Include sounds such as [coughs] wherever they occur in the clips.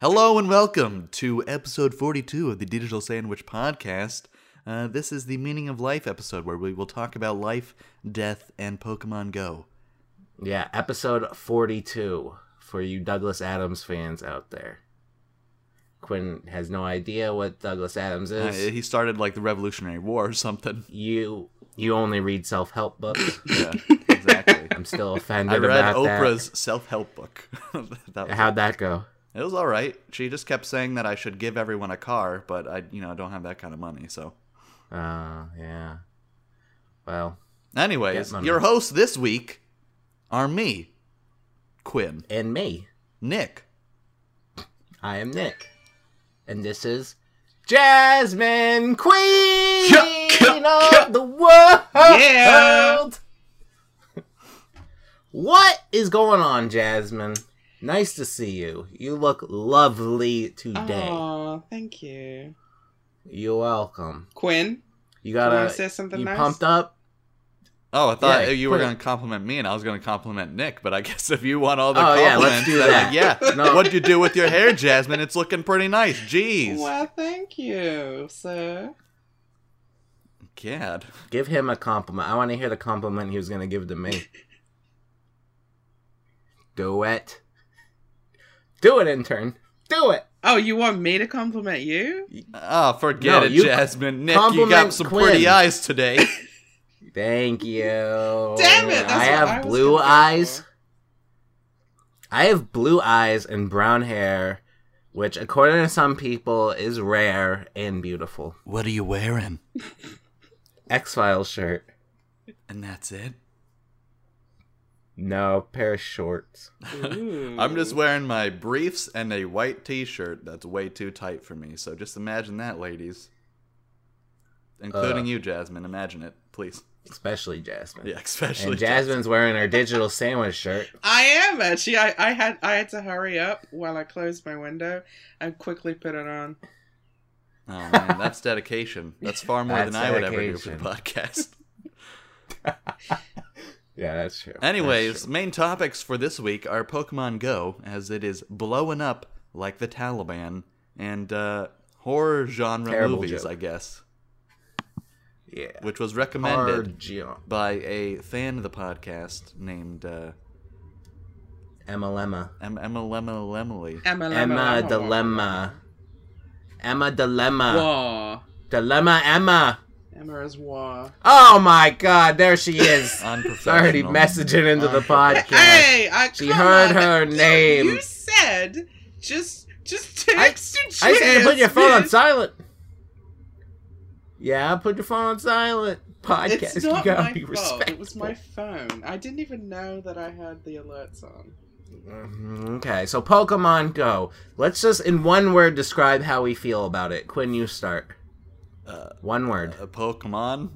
Hello and welcome to episode 42 of the Digital Sandwich Podcast. Uh, this is the Meaning of Life episode where we will talk about life, death, and Pokemon Go. Yeah, episode 42 for you Douglas Adams fans out there. Quinn has no idea what Douglas Adams Uh, is. he started like the Revolutionary War or [laughs] something. you you only read self-help books. Yeah, exactly. [laughs] I'm still offended I read about Oprah's self help book. [laughs] that that. was, How'd that go? it was all right. She just kept saying that I should give everyone a car, but I, you know, I don't have that kind of money. So, Uh, yeah. Well, anyways, Get money. your hosts this week are me, Quinn, and me. Nick, I am Nick. And this is Jasmine Queen Yeah, yeah, of the World. Yeah. What is going on, Jasmine? Nice to see you. You look lovely today. Oh, thank you, You're welcome. Quinn. You You got want to to say something you nice? pumped up? Oh, I thought Yeah, you were put it- going to compliment me, and I was going to compliment Nick. But I [laughs] guess if you want all the Oh, yeah, let's compliments, do then, that. like, yeah. [laughs] No. What'd you do with your hair, Jasmine? It's looking pretty nice. Jeez, Well, thank you, sir. God. Give him a compliment. I want to hear the compliment he was going to give to [laughs] me. Do it. Do it, intern. Do it. Oh, you want me to compliment you? Oh, forget No, it, you Jasmine. Nick, you got compliment some Quinn. pretty eyes [laughs] today. Thank you. Damn it! That's I have what I was blue gonna go eyes. for. I have blue eyes and brown hair, which, according to some people, is rare and beautiful. what are you wearing? X Files shirt. And that's it. No, pair of shorts. Ooh. I'm just wearing my briefs and a white T-shirt that's way too tight for me. So just imagine that, ladies, including Uh. you, Jasmine. Imagine it, please. Especially Jasmine. Yeah, [laughs] especially and Jasmine's wering her digital sandwich shirt. I am actually. I, I had I had to hurry up while I closed my window and quickly put it on. Oh man, that's dedication. That's far more than That's I would ever do for the dedication. podcast. Yeah, that's true. That's Anyways, true. main topics for this week are Pokemon Go, as it is blowing up like the Taliban, and uh, horror genre Terrible movies, joke. I guess, yeah. which was recommended Hard Geo. by a fan of the podcast named uh, Emma Lemma. em- Emma Lemma Lemily. Emma, Emma Dilemma. Emma Dilemma. Wah. Dilemma Emma. Emma is wah. Oh my god, there [laughs] she is. It's Unprofessional. already messaging into [laughs] the podcast. Hey, I She come heard on. her You- name. You said just just I- text I, I said to put your phone [laughs] on silent. Yeah, put your phone on silent. Podcast. It's not you gotta my be fault. respectful. It was my phone. I didn't even know that I had the alerts on. Mhm, Okay, so Pokemon Go. Let's just, in one word, describe how we feel about it. Quinn, you start. Uh, One word. a Pokemon.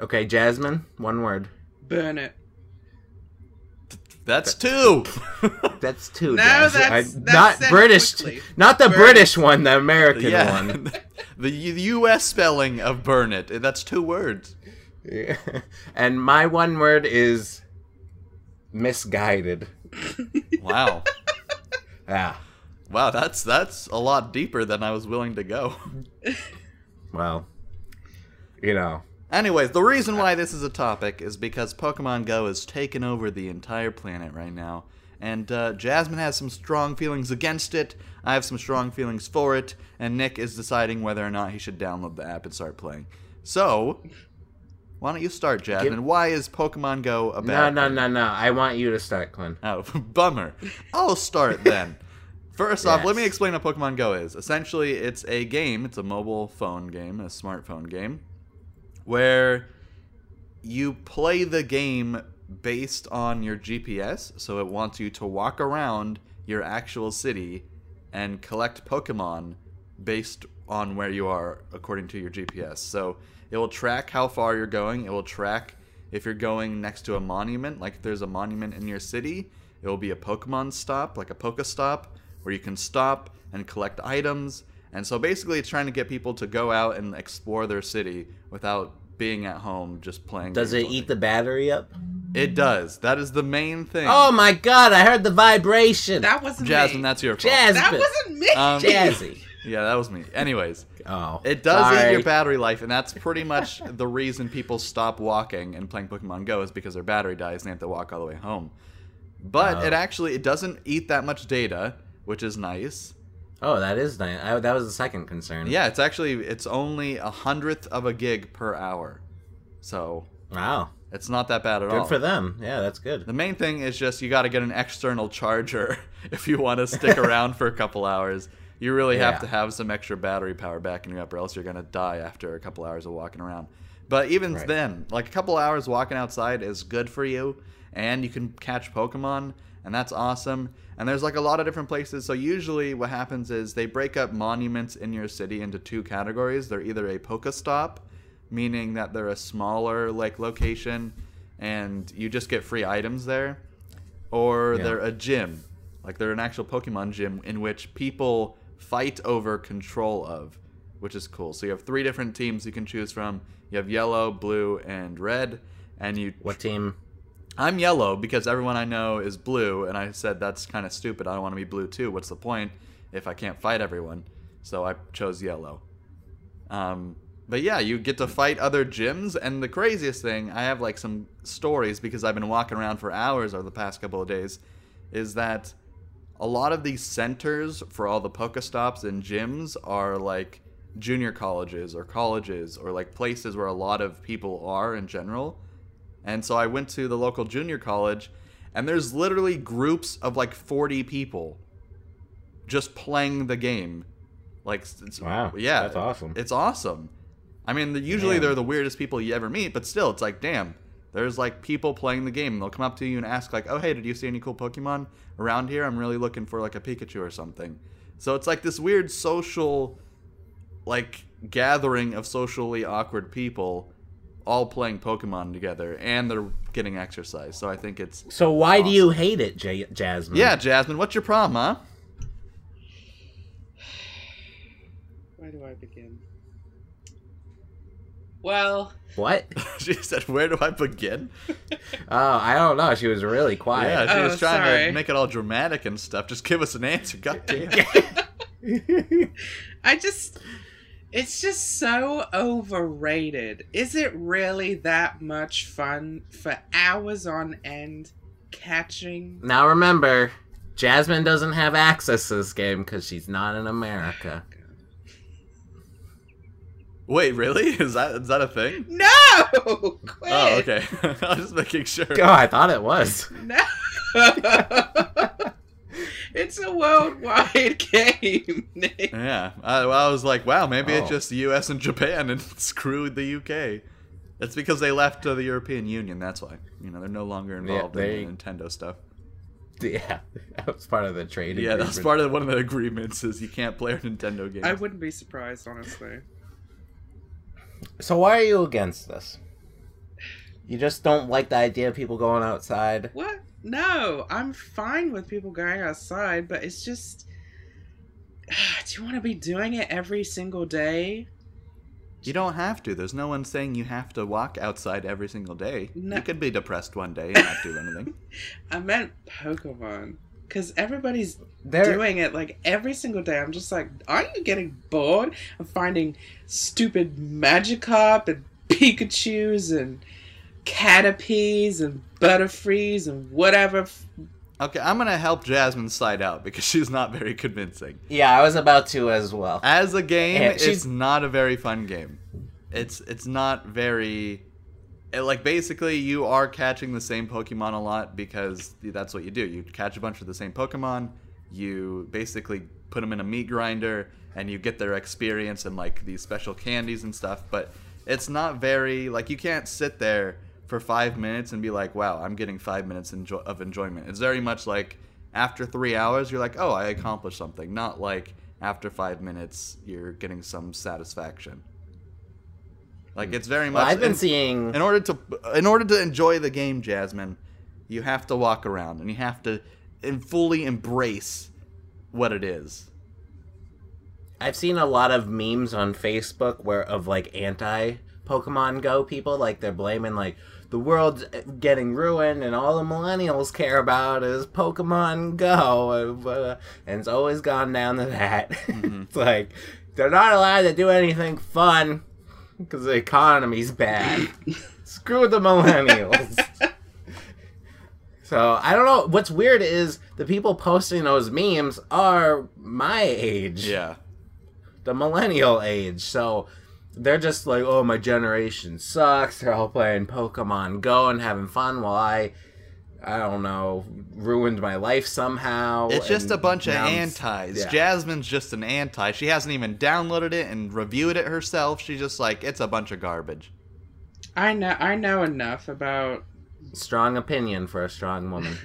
Okay, Jasmine, one word. Burn it. That's two. That's [laughs] two. No, Jazz. that's- I- that's not said British. quickly. Not the British. British one, the American yeah, one. the U- U.S. spelling of burn it. That's two words. Yeah. [laughs] and my one word is misguided. Wow. Ah, Wow, that's that's a lot deeper than I was willing to go. [laughs] well, you know, Anyways, the reason why this is a topic is because Pokemon Go is taking over the entire planet right now, and uh, Jasmine has some strong feelings against it. I have some strong feelings for it, and Nick is deciding whether or not he should download the app and start playing. So, why don't you start, Jasmine? why is Pokemon Go a no, bad? no, no, no. I want you to start, Quinn. Oh, [laughs] bummer. I'll start then. First off, let me Yes. explain what Pokemon Go is. Essentially, it's a game, it's a mobile phone game, a smartphone game, where you play the game based on your GPS. So it wants you to walk around your actual city and collect Pokemon based on where you are according to your GPS. So it will track how far you're going. It will track if you're going next to a monument, like if there's a monument in your city, it will be a Pokemon stop, like a Pokestop, where you can stop and collect items. And so basically, it's trying to get people to go out and explore their city without being at home just playing. Does it games all eat day. the battery up? It does. That is the main thing. Oh my god, I heard the vibration. That wasn't Jasmine, me. that's your fault. Jasmine. that wasn't me. Um, Jazzy. Yeah, that was me. Anyways, Oh. it does eat sorry. your battery life, and that's pretty much the reason people stop walking and playing Pokemon Go is because their battery dies and they have to walk all the way home. But Oh. it actually it doesn't eat that much data, which is nice. Oh, that is nice. I, that was the second concern. Yeah, it's actually it's only a hundredth of a gig per hour, so Wow. it's not that bad at all. Good for them. Yeah, that's good. The main thing is just you got to get an external charger [laughs] if you want to [laughs] stick around for a couple hours. You really Yeah. have to have some extra battery power back in you up, or else you're gonna die after a couple hours of walking around. But even Right. then, like a couple hours walking outside is good for you, and you can catch Pokemon, and that's awesome. And there's like a lot of different places. So usually, what happens is they break up monuments in your city into two categories. They're either a Pokestop, meaning that they're a smaller like location and you just get free items there or Yeah. they're a gym like they're an actual pokemon gym in which people fight over control of which is cool so you have three different teams you can choose from you have yellow blue and red and you What team? i'm yellow because everyone i know is blue and i said that's kind of stupid i don't want to be blue too what's the point if i can't fight everyone so i chose yellow um, but yeah, you get to fight other gyms, and the craziest thing, I have like some stories because I've been walking around for hours over the past couple of days, is that a lot of these centers for all the Pokestops and gyms are like junior colleges or colleges or like places where a lot of people are in general. And so I went to the local junior college, and there's literally groups of like 40 people just playing the game. Like, it's, Wow, yeah, that's awesome. It's awesome. I mean, the, usually Damn. they're the weirdest people you ever meet, but still, it's like, damn, there's like people playing the game. and They'll come up to you and ask, like, oh, hey, did you see any cool Pokemon around here? I'm really looking for like a Pikachu or something. So it's like this weird social, like, gathering of socially awkward people all playing Pokemon together, and they're getting exercise. So I think it's. So why do you hate it, J- Jasmine? Yeah, Jasmine, what's your problem, huh? [laughs] Where do I begin? Well, What? she said, where do I begin? Oh, I don't know. She was really Yeah, quiet. she Oh, was trying to sorry. make it all dramatic and stuff. Just give us an answer, [laughs] goddamn. [laughs] I just it's just so overrated. Is it really that much fun for hours on end catching? [laughs] Now remember, Jasmine doesn't have access to this game because she's not in America. Wait, really? [laughs] Is that is that a thing? No! [laughs] Quit. Oh, okay. [laughs] I was just making sure. Oh, I thought it was. No. [laughs] it's a worldwide [laughs] game. Nick. Yeah, I, I was like, wow, maybe it's Oh. just the U.S. and [laughs] Japan and screw the U.K. That's because they left uh, the European Union. That's why you know they're no longer involved they- in the Nintendo stuff. [laughs] Yeah, that was part of the trade. Yeah, that's agreement. part of one of the agreements is you can't play our Nintendo games. I wouldn't be surprised, honestly. So why are you against this? You just don't like the idea of people going outside. What? No, I'm fine with people going outside, but it's just. [sighs] Do you want to be doing it every single day? You don't have to. There's no one saying you have to walk outside every single day. No. You could be depressed one day and not do [laughs] anything. I meant Pokemon. Because everybody's There, doing it like every single day. I'm just like, aren't you getting bored of finding stupid Magikarp and Pikachus and Caterpies and Butterfrees and whatever? f- Okay, I'm gonna help Jasmine slide out because she's not very convincing. yeah, I was about to as well. As a game, Yeah, it's she's- not a very fun game. It's it's not very it- like basically you are catching the same Pokemon a lot because that's what you do. You catch a bunch of the same Pokemon, you basically put them in a meat grinder, and you get their experience and like these special candies and stuff. But it's not very like you can't sit there for five minutes and be like, "Wow, I'm getting five minutes enjo- of enjoyment." It's very much like after three hours, you're like, "Oh, I accomplished something." Not like after five minutes, you're getting some satisfaction. Like it's very much. Well, I've been and- seeing. in order to in order to enjoy the game, Jasmine, you have to walk around and you have to and fully embrace what it is. I've seen a lot of memes on Facebook where of like anti Pokemon Go people, like they're blaming like the world's getting ruined and all the millennials care about is Pokemon Go, and, uh, and it's always gone down to that. Mhm. [laughs] it's like they're not allowed to do anything fun because the economy's bad. Screw the millennials. So I don't know. What's weird is the people posting those memes are my age, Yeah. the millennial age. So they're just like, "Oh, my generation sucks." They're all playing Pokemon Go and having fun, while I, I don't know, ruined my life somehow. It's just and a bunch of now I'm s- antis. yeah. Jasmine's just an anti. She hasn't even downloaded it and reviewed it herself. She's just like, it's a bunch of garbage. I know I know enough about Strong opinion for a [laughs] strong woman.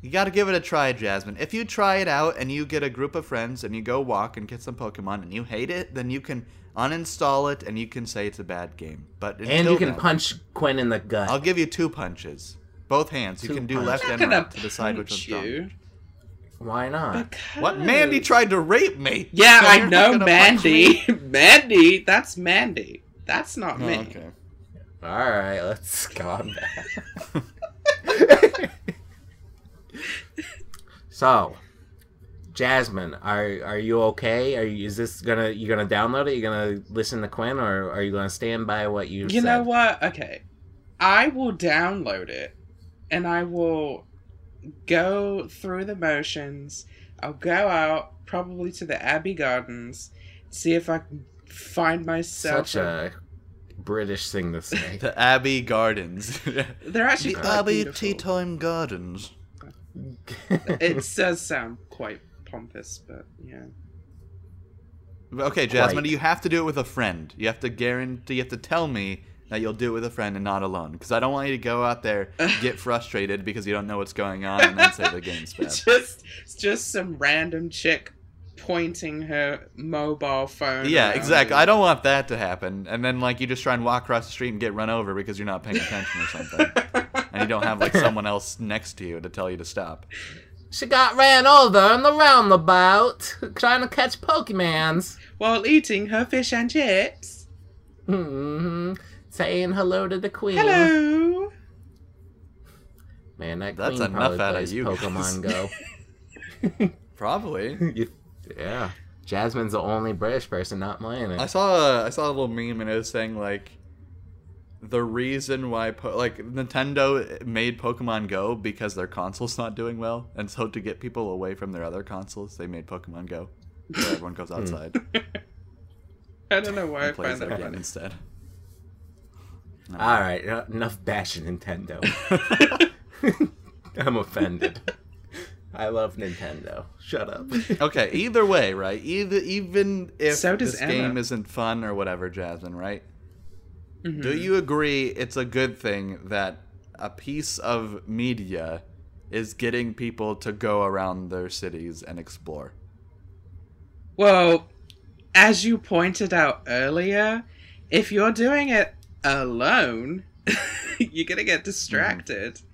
You got to give it a try, Jasmine. If you try it out and you get a group of friends and you go walk and get some Pokemon and you hate it, then you can uninstall it and you can say it's a bad game. But and until you can then- punch Quinn in the gut. I'll give you two punches, both hands. you Two can do punches. left I'm and not gonna right to decide which one's punch done. you Why not? because What? Mandy tried to rape me. Yeah, So I you're not know gonna punch me? Mandy. [laughs] Mandy, that's Mandy. That's not Oh, me. okay. All right, let's [laughs] calm down. so, Jasmine, are are you okay? Are you, is this gonna you gonna download it? You gonna listen to Quinn, or are you gonna stand by what you? You know what? Okay. I will download it and I will go through the motions. I'll go out probably to the Abbey Gardens, see if I can find myself. Such a British thing to [laughs] say. [laughs] The Abbey Gardens. [laughs] They're actually the quite Abbey beautiful. Tea Time Gardens. It [laughs] does sound quite pompous, but yeah. Okay, Jasmine, Quite. you have to do it with a friend. You have to guarantee. You have to tell me that you'll do it with a friend and not alone, because I don't want you to go out [laughs] there get frustrated because you don't know what's going on and then say the [laughs] game's bad. It's just it's just some random chick pointing her mobile phone. Yeah, around exactly. you. I don't [laughs] want that to happen. And then like you just try and walk across the street and get run over because you're not paying attention or [laughs] something. and you don't have like someone else next to you to tell you to stop. she got ran over on the roundabout trying to catch Pokemons. [laughs] While eating her fish and chips. hmm Saying hello to the queen. Hello. Man, that That's queen enough probably out of plays you guys. Pokemon Go. Probably. You- yeah. Jasmine's the only British person not playing I it. saw a, I saw a little meme and it was saying like the reason why po- like Nintendo made Pokemon Go because their console's not doing well, and so to get people away from their other consoles, they made Pokemon Go. So everyone goes outside I don't know why I and plays find their that game funny. instead. All right, en- enough bashing Nintendo. I'm offended. I love Nintendo. Shut up. Okay, either way, right? Either even if So does this Emma. game isn't fun or whatever, Jasmine, right? Mhm. Do you agree it's a good thing that a piece of media is getting people to go around their cities and explore? Well, as you pointed out earlier, if you're doing it alone, [laughs] you're gonna get distracted Mm-hmm.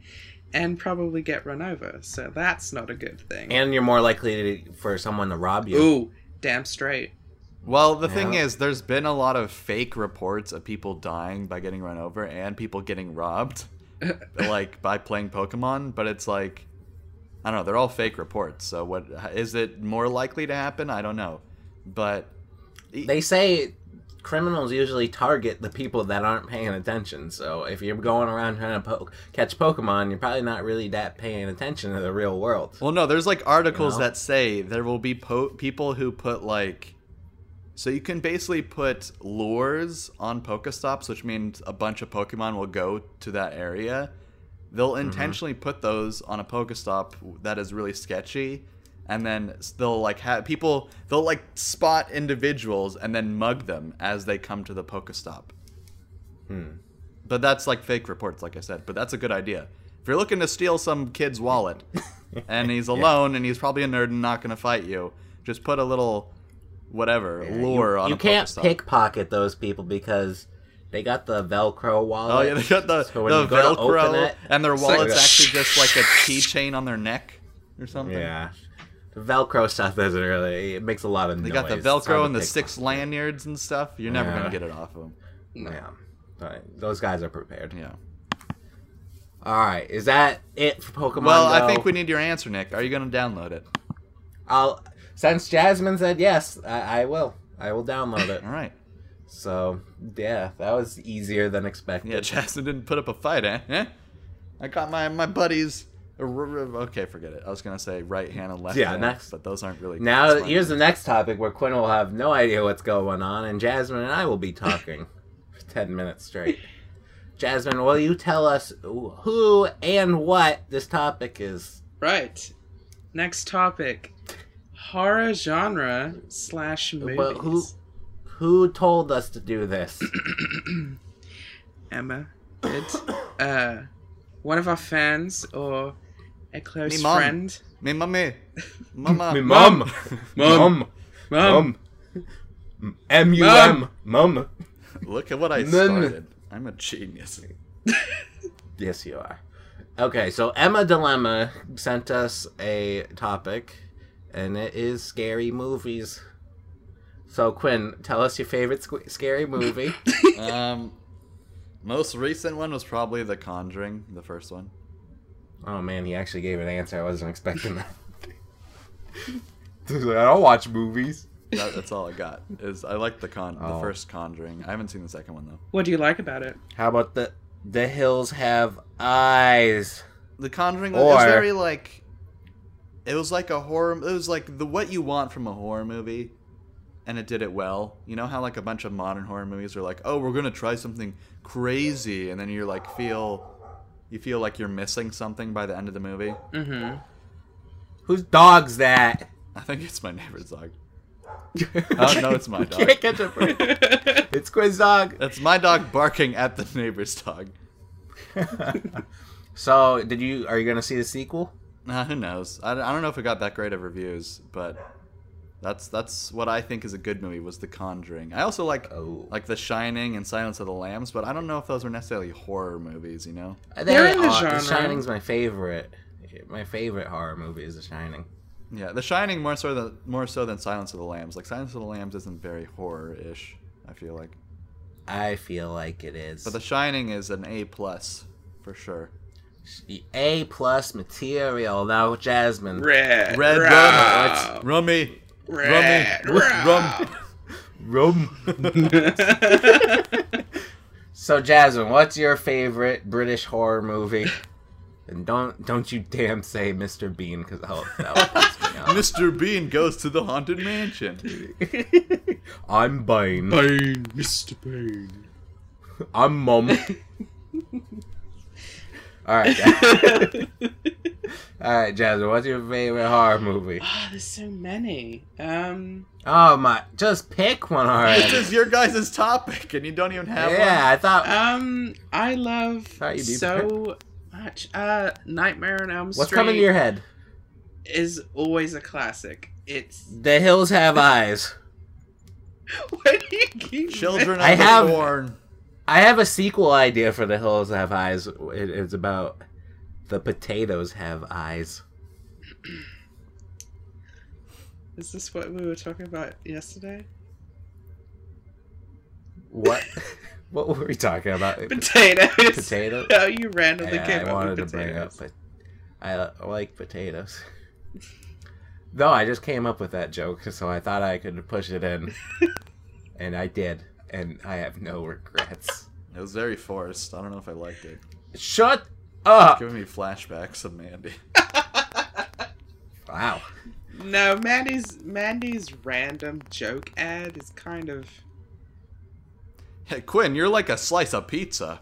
and probably get run over. So that's not a good thing. And you're more likely to, for someone to rob you. Ooh, damn straight. Well, the thing Yeah. is, there's been a lot of fake reports of people dying by getting run over and people getting [laughs] robbed, like by playing Pokemon. But it's like, I don't know, they're all fake reports. So what is it more likely to happen? I don't know, but They say criminals usually target the people that aren't paying attention. So if you're going around trying to poke, catch Pokemon, you're probably not really that paying attention to the real world. Well, no, there's like articles You know? that say there will be po- people who put like. So you can basically put lures on Pokestops, which means a bunch of Pokemon will go to that area. They'll Mm-hmm. intentionally put those on a Pokestop that is really sketchy, and then s- they'll like have people. They'll like spot individuals and then mug them as they come to the Pokestop. Hmm. But that's like fake reports, like I said. But that's a good idea. If you're looking to steal some kid's [laughs] wallet, and he's alone, and he's probably a nerd and not going to fight you, just put a little whatever Yeah, lure you, on. you a can't Pokestop. pickpocket those people because they got the Velcro wallet. Oh yeah, they got [laughs] the, So when the you go to open Velcro, it, and their it's like wallet's a- actually just like a keychain on their neck or something. Yeah. The Velcro stuff doesn't really. It makes a lot of They noise. got the It's hard Velcro to and the pick- six lanyards and stuff. You're never Yeah. gonna get it off of them. No. Yeah. All right. Those guys are prepared. Yeah. All right. Is that it for Pokemon? Well, Go? I think we need your answer, Nick. Are you gonna download it? I'll since Jasmine said yes, I, I will. I will download [laughs] it. All right. So yeah, that was easier than expected. Yeah, [laughs] Jackson didn't put up a fight, eh? Eh? I got my my buddies. r- r- Okay, forget it. I was gonna say right hand and left Yeah, hand, next. but those aren't really. Now explanatory. here's the next topic where Quinn will have no idea what's going on, and Jasmine and I will be talking for [laughs] ten minutes straight. Jasmine, will you tell us who and what this topic is? Right. Next topic. Horror genre slash movies. Well, who- Who told us to do this? Emma [coughs] did. uh, one of our fans or a close Me mom. friend. me mummy, [laughs] mama, Me Mum. mum, Mom. mum, m u m, mum. look at what I Nun. started. I'm a genius. Yes, you are. Okay, so Emma Dilemma sent us a topic, and it is scary movies. So Quinn, tell us your favorite squ- scary movie. [coughs] Um, most recent one was probably The Conjuring, the first one. oh man, he actually gave an answer I wasn't expecting that. [laughs] He's like, I don't watch movies. That, that's all I got. Is I like the con the Oh. first Conjuring. I haven't seen the second one though. What do you like about it? How about the The Hills Have Eyes? The Conjuring one, it was Or- very like. It was like a horror. It was like the what you want from a horror movie, and it did it well. You know how like a bunch of modern horror movies are like, oh, we're gonna try something crazy, and then you're like feel, you feel like you're missing something by the end of the movie. Mm-hmm. Whose dog's [laughs] that? I think it's my neighbor's dog. oh no, it's my dog. [laughs] Can't catch a break. It's [laughs] Quinn's dog. [laughs] That's my dog barking at the neighbor's dog. so, did you? Are you gonna see the sequel? Nah, Uh, who knows? I, I don't know if it got that great of reviews, but that's that's what I think is a good movie was The Conjuring. I also like Oh. like The Shining and Silence of the Lambs, but I don't know if those were necessarily horror movies. You know? They're in the genre. The Shining's my favorite. My favorite horror movie is The Shining. Yeah, The Shining more so than more so than Silence of the Lambs. Like Silence of the Lambs isn't very horror ish. I feel like, I feel like it is but The Shining is an A plus for sure. the A plus material. Now, Jasmine, [laughs] Red. Red rum, Row. that's rummy, Red. rummy, Row. [laughs] rum. [laughs] rum. so, Jasmine, what's your favorite British horror movie? And don't don't you damn say Mr. Bean because I'll that'll piss [laughs] me off. Mr. Bean goes to the haunted mansion. I'm Bean. Bane, Mr. Bane. I'm [laughs] mum. All right, Jas- all right, Jasmine. What's your favorite horror movie? Ah, there's so many. Um, Oh my! Just pick one [laughs] This already. is your guys' topic, and you don't even have one. yeah, I thought. um, I love Thought you'd be so much. Uh, Nightmare on Elm Street What's coming to your head? is always a classic. It's [laughs] The hills have eyes. where do you keep Children of I the have- Corn. I have a sequel idea for the hills have eyes. It- it's about the potatoes have eyes. Is this what we were talking about yesterday? What? [laughs] what were we talking about? Potatoes. [laughs] Potato. Oh, you randomly Yeah, came I up wanted to with bring up, potatoes. but I li- like potatoes. no, I just came up with that joke, so I thought I could push it in, [laughs] and I did, and I have no regrets. It was very forced. I don't know if I liked it. Shut up! Giving me flashbacks of Mandy. Wow. No, Mandy's Mandy's random joke ad is kind of Hey, Quinn, you're like a slice of pizza.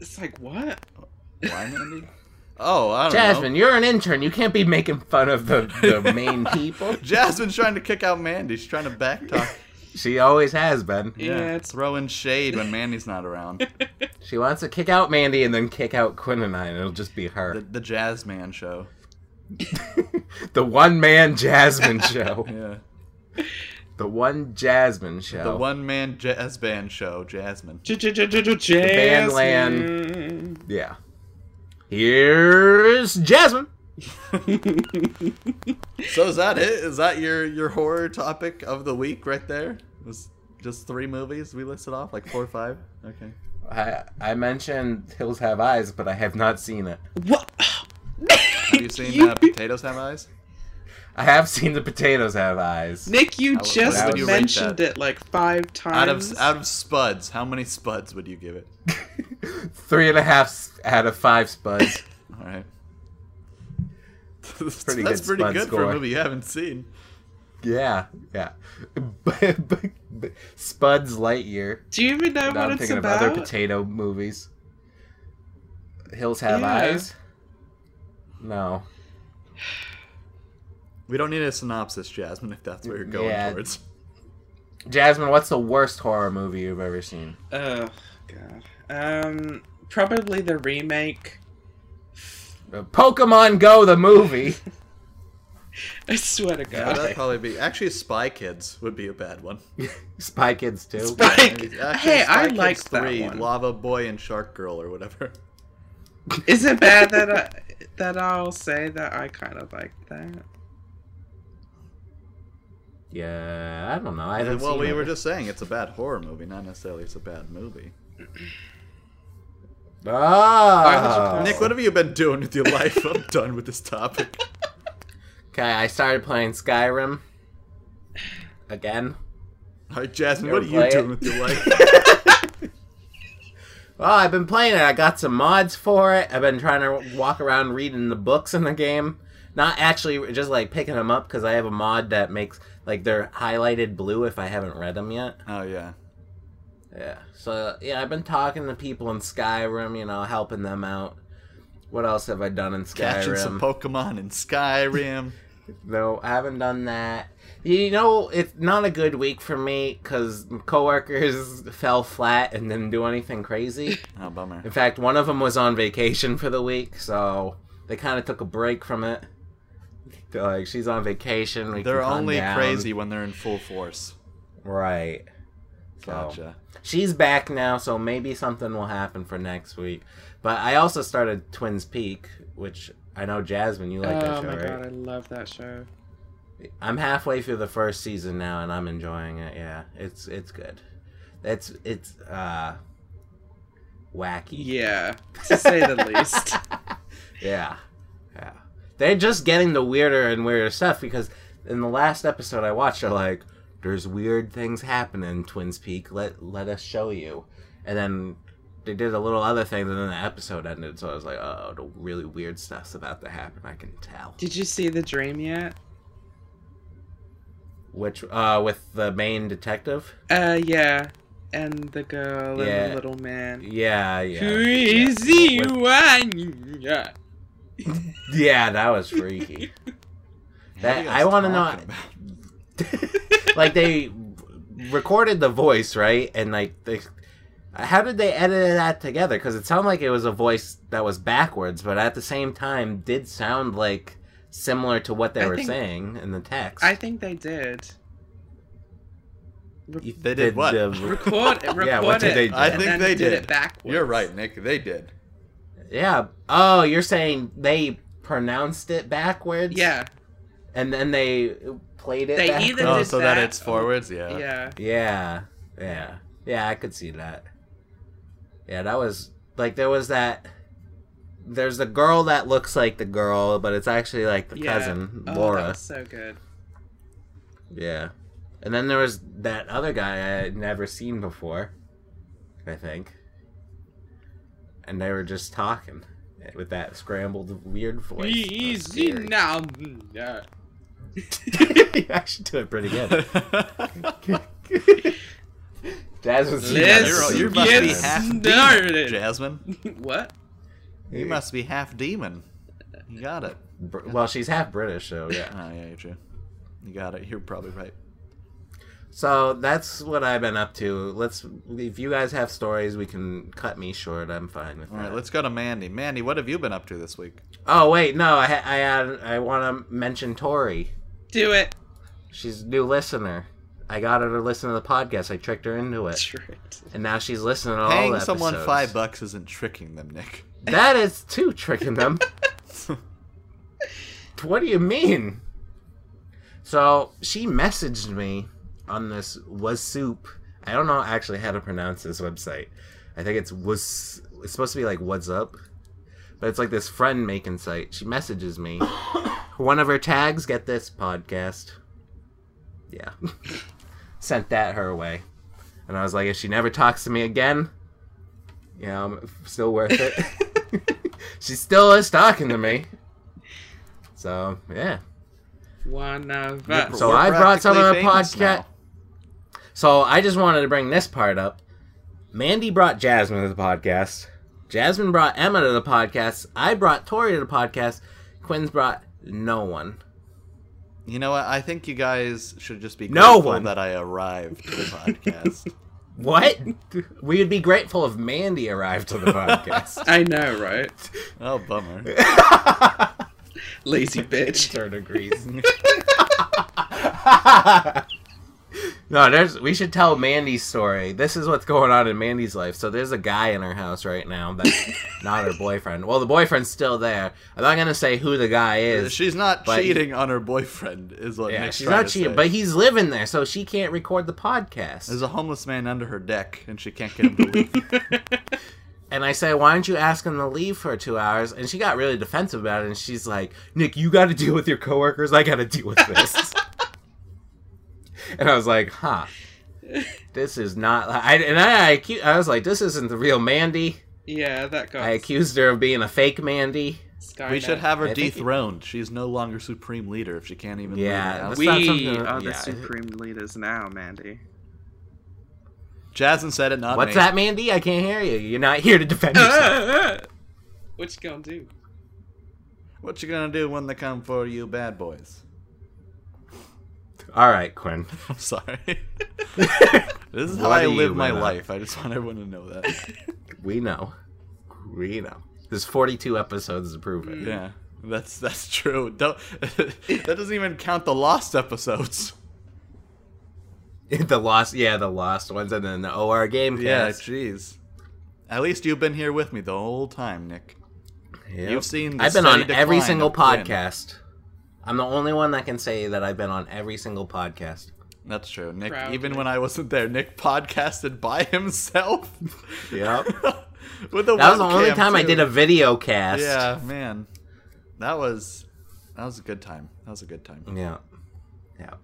it's like what? Why, Mandy? Oh, I don't Jasmine, know. you're an intern. You can't be making fun of the, [laughs] the main people. Jasmine's trying to kick out Mandy. She's trying to backtalk. She always has been. Yeah, it's- throw in shade when Mandy's not around. She wants to kick out Mandy and then kick out Quinn and I, and it'll just be The, her. the Jazz Man show. The one man Jasmine show. [laughs] Yeah. The one Jasmine show. The one man jazz band show, Jasmine. J-j-j-j-j-Jasmine. Land. Yeah. Here's Jasmine. So is that it? Is that your your horror topic of the week right there? It was just three movies we listed off, like four or five. Okay. I I mentioned Hills Have Eyes, but I have not seen it. [laughs] what? Have you seen uh, Potatoes Have Eyes? I have seen the potatoes have eyes. Nick, you How- just how would you rate mentioned that? it like five times. Out of out of spuds, how many spuds would you give it? Three and a half s- out of five spuds. [laughs] All right. That's pretty Pretty good good, spud for score. a movie you haven't seen. yeah, yeah. [laughs] But, but, but Spuds Lightyear. Do you even know Now what I'm it's thinking about? of other potato movies. Hills Have Yeah. Eyes. No. We don't need a synopsis, Jasmine, if that's what you're going Yeah. [laughs] towards. Jasmine, what's the worst horror movie you've ever seen? oh god. Um, probably the remake. [laughs] Uh, Pokemon Go, the movie. [laughs] I swear to Yeah, God. that'd probably be actually Spy Kids would be a bad one. Spy Kids 2. Like, Actually, hey, Spy I like Kids that 3, one. Lava Boy and Shark Girl or whatever. Is it bad that I, that I'll say that I kind of like that? yeah, I don't know. I haven't well, seen we it. were just saying it's a bad horror movie, not necessarily it's a bad movie. Oh! Ah. Oh. Nick, what have you been doing with your life? [laughs] I'm done with this topic. Okay, I started playing Skyrim again. All right, Jasmine, You what are ever you play it? doing with your life? [laughs] Well, I've been playing it. I got some mods for it. I've been trying to walk around reading the books in the game. Not actually just like picking them up because I have a mod that makes like they're highlighted blue if I haven't read them yet. oh yeah, Yeah. So yeah, I've been talking to people in Skyrim. You know, helping them out. What else have I done in Skyrim? catching some Pokemon in Skyrim. No, I haven't done that. You know, it's not a good week for me because coworkers [laughs] fell flat and didn't do anything crazy. Oh bummer. In fact, one of them was on vacation for the week, so they kind of took a break from it. They're like, she's on vacation. We They're can calm only down." crazy when they're in full force. right? So, Gotcha. She's back now, so maybe something will happen for next week. But I also started Twins Peak, which I know Jasmine, you like oh that show, my right? god, I love that show. I'm halfway through the first season now, and I'm enjoying it. Yeah, it's it's good. It's it's uh wacky. Yeah, to say the [laughs] least. Yeah, yeah. They're just getting the weirder and weirder stuff because in the last episode I watched, they're like, "There's weird things happening in Twins Peak. Let let us show you." And then they did a little other thing, and then the episode ended. So I was like, "Oh, the really weird stuff's about to happen. I can tell." Did you see the dream yet? Which uh, with the main detective. Uh, yeah. And the girl and Yeah. the little man. Yeah, yeah. Crazy yeah. With- one. Yeah. Yeah, that was freaky. What are That- you I guys wanna know- talking about? like they recorded the voice, right? And like they how did they edit that together cuz it sounded like it was a voice that was backwards, but at the same time did sound like similar to what they I were think- saying in the text. I think [laughs] they did. Re- They did what? record it. Record Yeah, what did it, they do? I and think then they did. did. it backwards. You're right, Nick. They did. Yeah. Oh, you're saying they pronounced it backwards? Yeah. And then they played it They backwards? either- Oh, did so that, that. it's forwards. Yeah. Yeah. Yeah, yeah, yeah. I could see that. Yeah, that was like there was that. There's the girl that looks like the girl, but it's actually like the yeah. cousin oh, Laura. That was so good. Yeah, and then there was that other guy I had never seen before. I think. And they were just talking with that scrambled weird voice. It was [laughs] Easy scary. now. mm, yeah. you actually do it pretty [laughs] good. [laughs] Jazz was Let's You're, you must get be half demon, started. Jasmine. [laughs] what? You must be half demon. You got it. Br- Well, she's half British, so [laughs] yeah. Oh yeah, you're true. You got it. You're probably right. So that's what I've been up to. Let's. If you guys have stories, we can cut me short. I'm fine with All right, that. let's go to Mandy. Mandy, what have you been up to this week? Oh wait, no. I ha- I had, I want to mention Tori. Do it. She's a new listener. I got her to listen to the podcast. I tricked her into it, and now she's listening to all Paying the someone [laughs] episodes. five bucks isn't tricking them, Nick. That is too tricking them. What do you mean? So she messaged me on this was soup. I don't know actually how to pronounce this website. I think it's was. It's supposed to be like what's up, but it's like this friend making site. She messages me. [coughs] One of her tags, get this podcast. Yeah, [laughs] sent that her way, and I was like, if she never talks to me again, you know, I'm still worth it. [laughs] she still is talking to me. So yeah. One of You're- us. So we're I brought some of the practically famous podcast- now. So I just wanted to bring this part up. Mandy brought Jasmine to the podcast. Jasmine brought Emma to the podcast. I brought Tori to the podcast. Quinn's brought no one. You know what? I think you guys should just be No grateful one. that I arrived to [laughs] the podcast. What? we would be grateful if Mandy arrived to [laughs] the podcast. I know, right? oh, bummer. [laughs] Lazy bitch. Turn agrees. [laughs] no, there's. We should tell Mandy's story. This is what's going on in Mandy's life. So there's a guy in her house right now that's not her boyfriend. Well, the boyfriend's still there. I'm not gonna say who the guy is. She's not But- cheating on her boyfriend, is what yeah, Nick's she's trying not to cheating, say. but he's living there, so she can't record the podcast. There's a homeless man under her deck, and she can't get him to leave. and I say, why don't you ask him to leave for two hours? And she got really defensive about it, and she's like, Nick, you got to deal with your coworkers. I got to deal with this. [laughs] and I was like, huh, this is not. I, and I, I, accu- I was like, this isn't the real Mandy. Yeah, that I guy. accused her of being a fake Mandy. we should have her I think- dethroned. She's no longer supreme leader if she can't even. leave Yeah, the house. that's We not something- are the yeah. supreme leaders now, Mandy. Jasmine said it, not What's me. that, Mandy? I can't hear you. You're not here to defend [laughs] yourself. [laughs] what you gonna do? What you gonna do when they come for you, bad boys? [laughs] All right, Quinn. [laughs] I'm sorry. [laughs] this is how What I do you live my wanna- life. I just want everyone to know that. We know. We know. There's 42 episodes to prove it. yeah, that's that's true. Don't, [laughs] that doesn't even count the lost [laughs] episodes. the lost, yeah, the lost ones, and then the OR game. Yeah, cast. jeez. At least you've been here with me the whole time, Nick. Yep. You've seen the I've been on steady every decline single of Quinn. podcast. I'm the only one that can say that I've been on every single podcast. That's true. Nick, Proudly. even when I wasn't there, Nick podcasted by [laughs] himself. Yep. [laughs] With a [laughs] That was the only webcam, time I too. did a video cast. Yeah, man. That was that was a good time. That was a good time. Yeah. Yeah.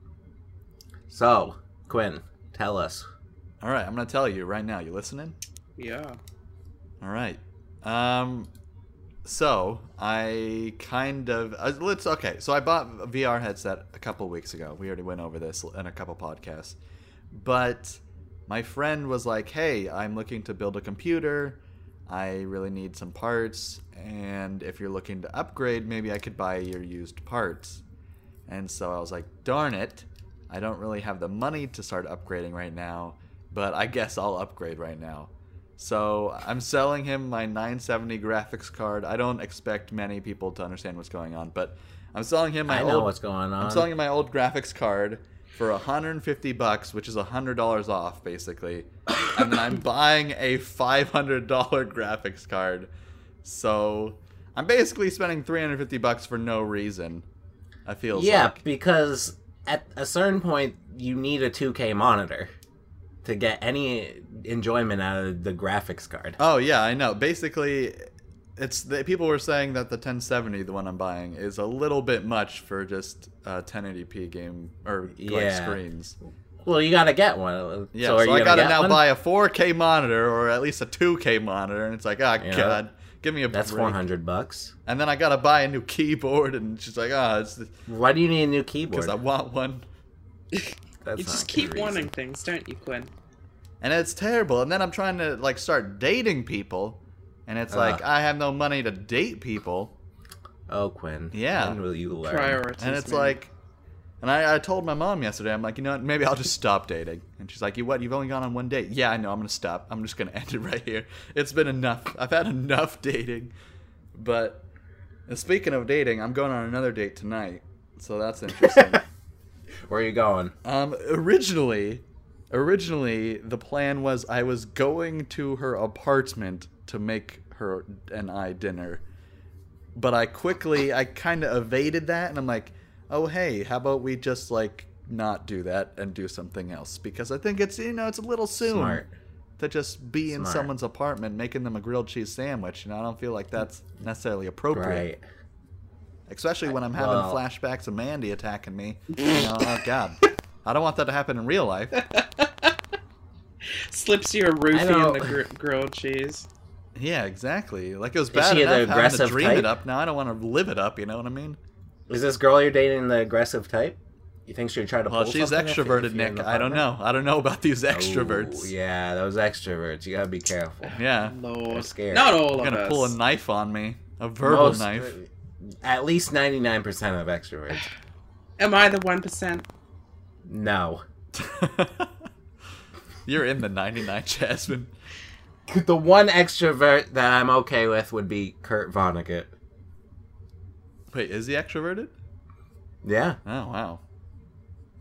So, Quinn, tell us. All right, I'm going to tell you right now. You listening? Yeah. All right. Um so, I kind of uh, let's okay. So I bought a VR headset a couple weeks ago. We already went over this in a couple podcasts. But my friend was like, "Hey, I'm looking to build a computer. I really need some parts, and if you're looking to upgrade, maybe I could buy your used parts." And so I was like, "Darn it. I don't really have the money to start upgrading right now, but I guess I'll upgrade right now." So I'm selling him my 970 graphics card. I don't expect many people to understand what's going on, but I'm selling him my I know old what's going on. I'm selling my old graphics card for 150 bucks, which is $100 off basically. and [laughs] then I'm buying a $500 graphics card. So I'm basically spending 350 bucks for no reason. I feel yeah, like. because at a certain point, you need a 2K monitor to get any enjoyment out of the graphics card. Oh yeah, I know. Basically, it's the, people were saying that the 1070, the one I'm buying, is a little bit much for just uh, 1080p game or like Yeah. screens. Well, you gotta get one. Yeah, so, so, are you I gonna gotta get now one? buy a 4K monitor or at least a 2K monitor, and it's like, ah, Yeah. god, give me a That's break. four hundred bucks. And then I gotta buy a new keyboard, and she's like, ah, it's Why do you need a new keyboard? because I want one, That's You not a just good keep reason. wanting things, don't you, Quinn? and it's terrible. And then I'm trying to like start dating people, and it's like Ah. I have no money to date people. Oh, Quinn. Yeah. When will you learn? Priorities. and it's man. like and I, I told my mom yesterday i'm like you know what maybe i'll just stop dating and she's like you what you've only gone on one date yeah i know i'm gonna stop i'm just gonna [laughs] end it right here it's been enough i've had enough [laughs] dating but and speaking of dating i'm going on another date tonight so that's interesting Where are you going? um originally originally the plan was i was going to her apartment to make her and i dinner But I quickly, I kind of evaded that, and I'm like, oh hey, how about we just like not do that and do something else? Because I think it's you know it's a little soon Smart. to just be in Smart. someone's apartment making them a grilled cheese sandwich. You know, I don't feel like that's necessarily appropriate, Right. especially when I'm having Well- flashbacks of Mandy attacking me. You know, [laughs] oh god, I don't want that to happen in real life. Slips you a I roofie know. in the gr- grilled cheese. Yeah, exactly. Like it was Is bad she the enough having to aggressive dream type? it up. Now I don't want to live it up. You know what I mean? Is this girl you're dating the aggressive type? You think she would try to? Well, pull she's something if you- extroverted, if you're in Nick. the I don't apartment? know. I don't know about these Ooh, extroverts. yeah. Oh, yeah, those extroverts. You gotta be careful. They're Lord, scary. not all You're of gonna us. pull a knife on me. A [laughs] verbal Most- knife. At least ninety nine percent of extroverts. Am I the one percent? No. [laughs] [laughs] You're in the 99, Jasmine. The one extrovert that I'm okay with would be Kurt Vonnegut. Wait, is he extroverted? Yeah. Oh wow.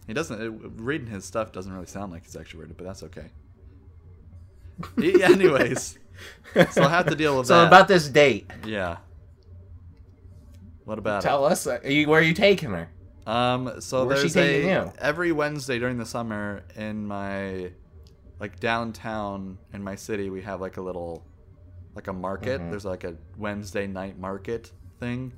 He doesn't. uh, Reading his stuff doesn't really sound like he's extroverted, but that's okay. E- [laughs] Anyways, so I'll have to deal with So that. about this date, yeah. What about it? tell us uh, are you, where are you taking her? Um, so Where's she there's taking a you? every Wednesday during the summer in my like downtown in my city we have like a little like a market. Mhm. There's like a Wednesday night market thing.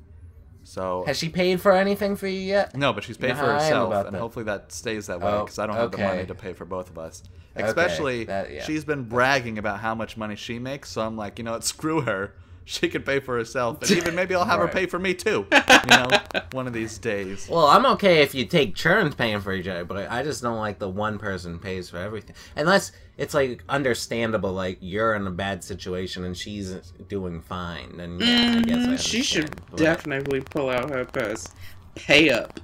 So Has she paid for anything for you yet? no, but she's paid know for how I am herself, about and that. hopefully that stays that way Oh, because I don't have the money okay. to pay for both of us. Okay, Especially, that- yeah. she's been bragging about how much money she makes, so I'm like, you know what, screw her. [laughs] She can pay for herself, and even maybe I'll have her [laughs] Right. pay for me too. You know, one of these days. Well, I'm okay if you take turns paying for each other, but I just don't like the one person pays for everything. Unless it's like understandable, like you're in a bad situation and she's doing fine, then yeah, I guess I Mhm, She should understand. But, definitely pull out her purse. Pay up.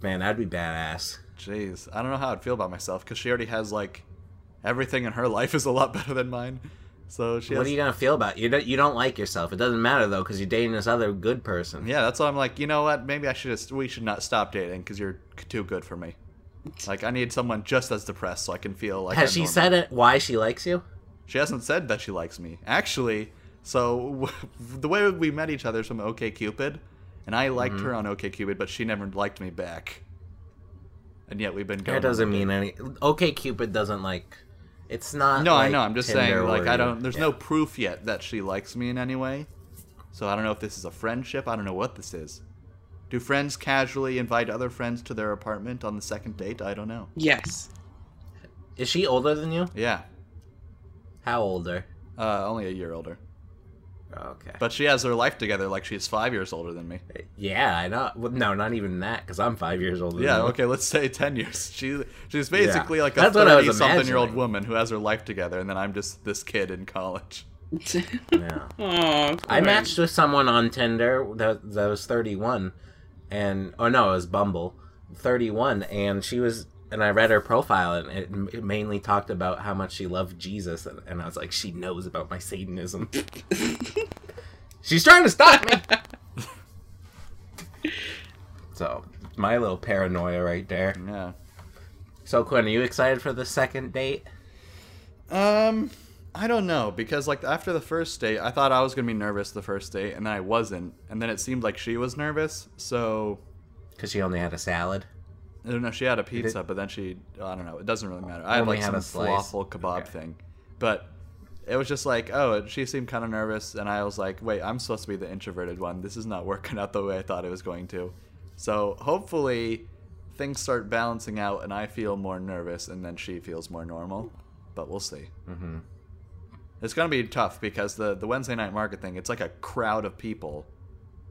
Man, I'd be badass. Jeez, I don't know how I'd feel about myself because she already has like everything in her life is a lot better than mine. So she has, What are you gonna feel about you? Don't, you don't like yourself. It doesn't matter though, because you're dating this other good person. yeah, that's why I'm like, you know what? Maybe I should just we should not stop dating because you're c- too good for me. Like I need someone just as depressed so I can feel like. Has I'm she normal. said it? Why she likes you? She hasn't said that she likes me actually. So [laughs] the way we met each other is from OK Cupid, and I liked Mm-hmm. her on OK Cupid, but she never liked me back. And yet we've been going. That on doesn't a mean any. Okay, Cupid doesn't like. It's not. No, I like know. I'm just Tinder saying, like, where I you- don't. There's yeah. no proof yet that she likes me in any way. So I don't know if this is a friendship. I don't know what this is. Do friends casually invite other friends to their apartment on the second date? I don't know. Yes. [laughs] Is she older than you? Yeah, How older? uh, only a year older, Okay. but she has her life together. Like she's five years older than me. Yeah, I know. Well, no, not even that, because I'm five years older. Yeah, than you. okay. Let's say ten years. [laughs] She she's basically like a That's what I was thirty-something-year-old imagining. woman who has her life together, and then I'm just this kid in college. Yeah. Oh, I matched with someone on Tinder that, that was 31, and oh no, it was Bumble, 31, and she was, and I read her profile, and it, m- it mainly talked about how much she loved Jesus, and, and I was like, she knows about my Satanism. [laughs] She's trying to stop me. [laughs] so my little paranoia right there. Yeah. So Quinn, are you excited for the second date? Um, I don't know because like after the first date, I thought I was gonna be nervous the first date, and then I wasn't, and then it seemed like she was nervous. So Because she only had a salad. I don't know. Uh, She had a pizza, but then she I don't know. It doesn't really matter. I had Only like had some a slice. falafel kebab Okay. thing, but it was just like oh, it- she seemed kind of nervous, and I was like, wait, I'm supposed to be the introverted one. This is not [laughs] working out the way I thought it was going to. So hopefully things start balancing out, and I feel more nervous, and then she feels more normal. But we'll see. Mm-hmm. It's gonna be tough because the the Wednesday night market thing, it's like a crowd of people,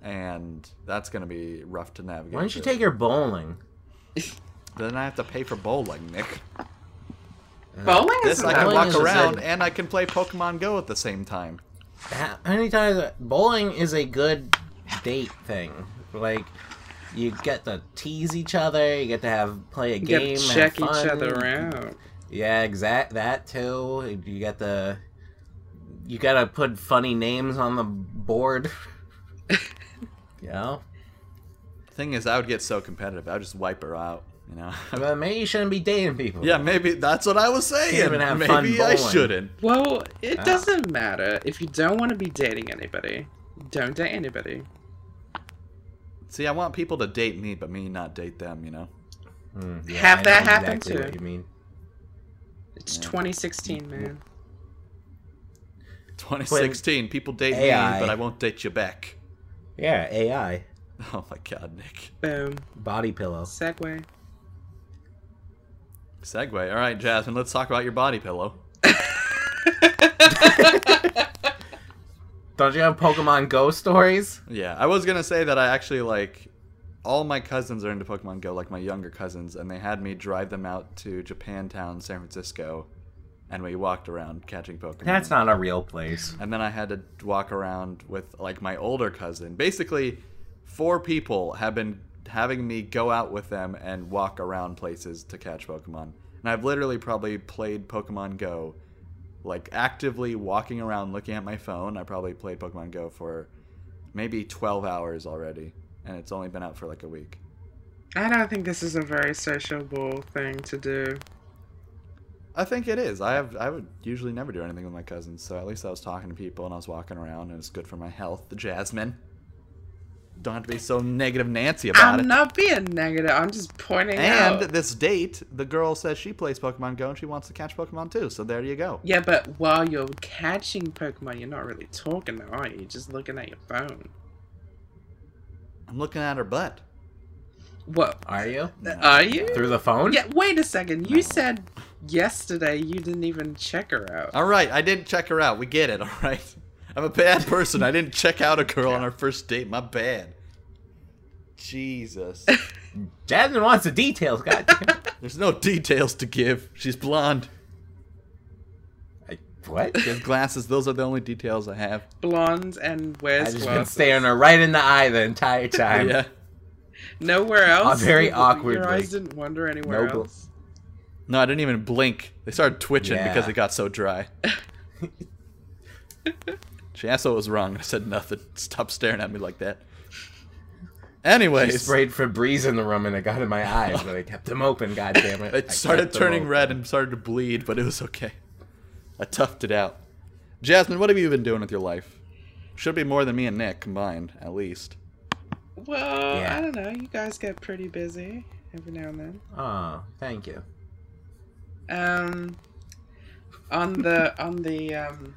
and that's gonna be rough to navigate. Why don't you through. take her bowling? Then I have to pay for bowling, Nick. bowling. This is I can Bowling walk is a- around and I can play Pokemon Go at the same time. How many times bowling is a good date thing? Like you get to tease each other, you get to have play a You game, gotta have check each fun. other out. Yeah, exact that too. You get the you gotta put funny names on the board. [laughs] you know, Thing is, I would get so competitive, I would just wipe her out. You know. [laughs] but maybe you shouldn't be dating people. yeah, maybe that's what I was saying. even have fun Maybe I bowling. shouldn't. Well, it Ah. doesn't matter if you don't want to be dating anybody. Don't date anybody. See, I want people to date me, but me not date them. You know. Mm, Have I that know happen exactly too. What you mean? It's Yeah. 2016, man. 2016, people date me, AI. but I won't date you back. Yeah, AI [laughs] Oh my god, Nick. Boom. body pillow. Segway. Segue. All right, Jasmine, let's talk about your body pillow. Don't you have Pokemon Go stories? Yeah, I was gonna say that I actually like all my cousins are into Pokemon Go, like my younger cousins, and they had me drive them out to Japantown, San Francisco, and we walked around catching Pokemon. That's not a real place. And then I had to walk around with like my older cousin. Basically, four people have been having me go out with them and walk around places to catch Pokemon. And I've literally probably played Pokemon Go, like actively walking around looking at my phone. I probably played Pokemon Go for maybe 12 hours already, and it's only been out for like a week. I don't think this is a very sociable thing to do. I think it is. I have I would usually never do anything with my cousins, so at least I was talking to people and I was walking around and it's good for my health. [laughs] The Jasmine. Don't have to be so negative Nancy about I'm it. not being negative. I'm just pointing and out. this date, the girl says she plays Pokemon Go and she wants to catch Pokemon too, so there you go. Yeah, but while you're catching Pokemon, you're not really talking, though, are you? You're just looking at your phone. I'm looking at her butt. What? Are you? Are you? Through the phone? Yeah, wait a second. You said yesterday you didn't even check her out. Alright, I didn't check her out. We get it, [laughs] alright? I'm a bad person. I didn't check out a girl on our first date. My bad. [laughs] Jesus. Jasmine wants the details, [laughs] god damn it. There's no details to give. She's blonde. I, [laughs] What? She has glasses. Those are the only details I have. Blondes and I wears just been glasses. staring her right in the eye the entire time. [laughs] Oh, Yeah. Nowhere else. very Your- awkwardly. Your eyes didn't wander anywhere No bl- else. No, I didn't even blink. They started twitching Yeah. because it got so [laughs] dry. she asked what was wrong, and I said nothing. Stop staring at me like that. She Anyways, sprayed Febreze in the room and it got in my eyes, [laughs] but I kept them open, god damn it. I it kept started them turning open. red and started to bleed, but it was okay. I toughed it out. Jasmine, what have you been doing with your life? Should be more than me and Nick combined, at least. Well, Yeah. I don't know. You guys get pretty busy every now and then. Oh, thank you. Um, [laughs] on the on the um,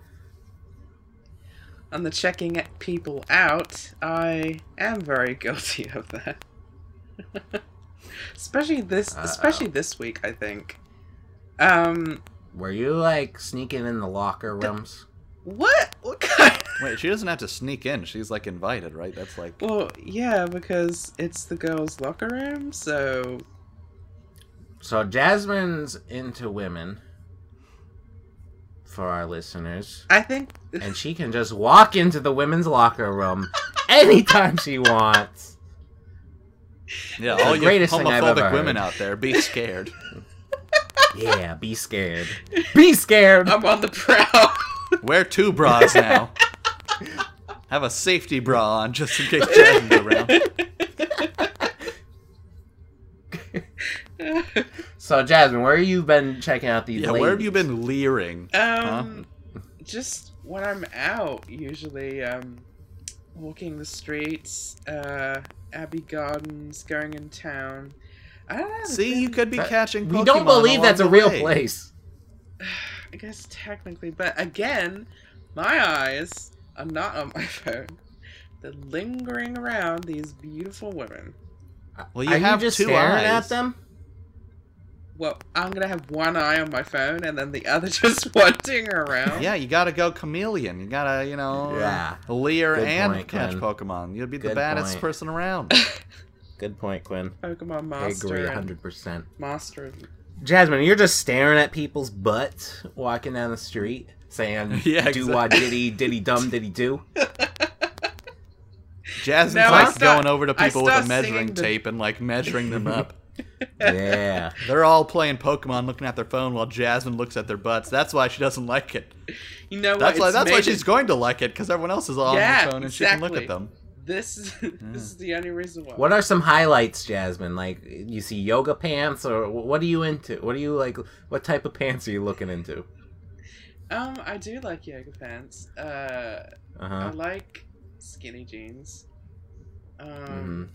on the checking e-, people out, I am very [laughs] guilty of that. especially this, Uh-oh. especially this week, I think. Um, Were you like sneaking in the locker rooms? what what kind? [laughs] Wait, she doesn't have to sneak in. She's like invited, right? That's [laughs] like Well, yeah, because it's the girls' locker room, so So Jasmine's into women for our listeners. I think And she can just walk into the women's locker [laughs] room anytime she wants. yeah. the All you greatest thing I've ever homophobic heard. women out there, be scared. Yeah, be scared. Be scared. I'm on the prowl. Wear two [laughs] bras now. Have a safety bra on just in case Jasmine's [laughs] around. So Jasmine, where have you been checking out these? Yeah, where have ladies? you been leering? [laughs] Um, just when I'm out, usually um, walking the streets, uh, Abbey Gardens, going in town. I don't know. See, been- you could be That- catching. We Pokemon don't believe along that's a the real way. place. I guess technically, but again, my eyes are not on my [laughs] phone. They're lingering around these beautiful women. Well, you Are have you just two staring eyes. at them? Well, I'm gonna have one eye on my phone and then the other [laughs] just wandering around. Yeah, you gotta go chameleon. You gotta, you know, uh, Yeah. leer Good and point, catch Glenn. Pokemon. You'd be the Good baddest point. person [laughs] around. Good point, Quinn. Pokemon I Master agree, and hundred percent. Master of Jasmine, you're just staring at people's butts walking down the street, saying [laughs] Yeah, "do wah diddy diddy dum diddy do." Jasmine's No, I like start- going over to I people with a start singing measuring the- tape and like measuring [laughs] them up. Yeah, They're all playing Pokemon, looking at their phone while Jasmine looks at their butts. That's why she doesn't like it. You know what? That's why. It's That's why made she's it- going to like it because everyone else is all on Yeah, their phone and she can look exactly. at them. This is [laughs] this is the only reason why. what are some highlights, Jasmine? Like, you see yoga pants, or what are you into? What are you like? What type of pants are you looking into? Um, I do like yoga pants. Uh, Uh I huh. like skinny jeans. Um, Mm-hmm. Mhm.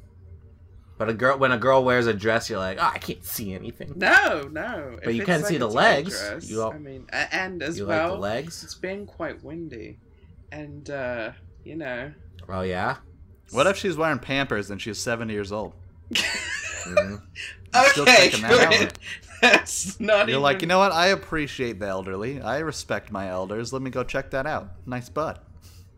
But a girl, when a girl wears a dress, you're like, oh, I can't see anything. No, no. But If you it's can see a the tight legs. dress, You all- I mean, a- and as you like well, the legs? it's been quite windy, and uh, you know, Oh yeah. What if she's wearing Pampers and she's 70 years old? Mhm. I'm still okay, taking that good. out. [laughs] that's not. You're even... like, you know what? I appreciate the elderly. I respect my elders. Let me go check that out. Nice butt.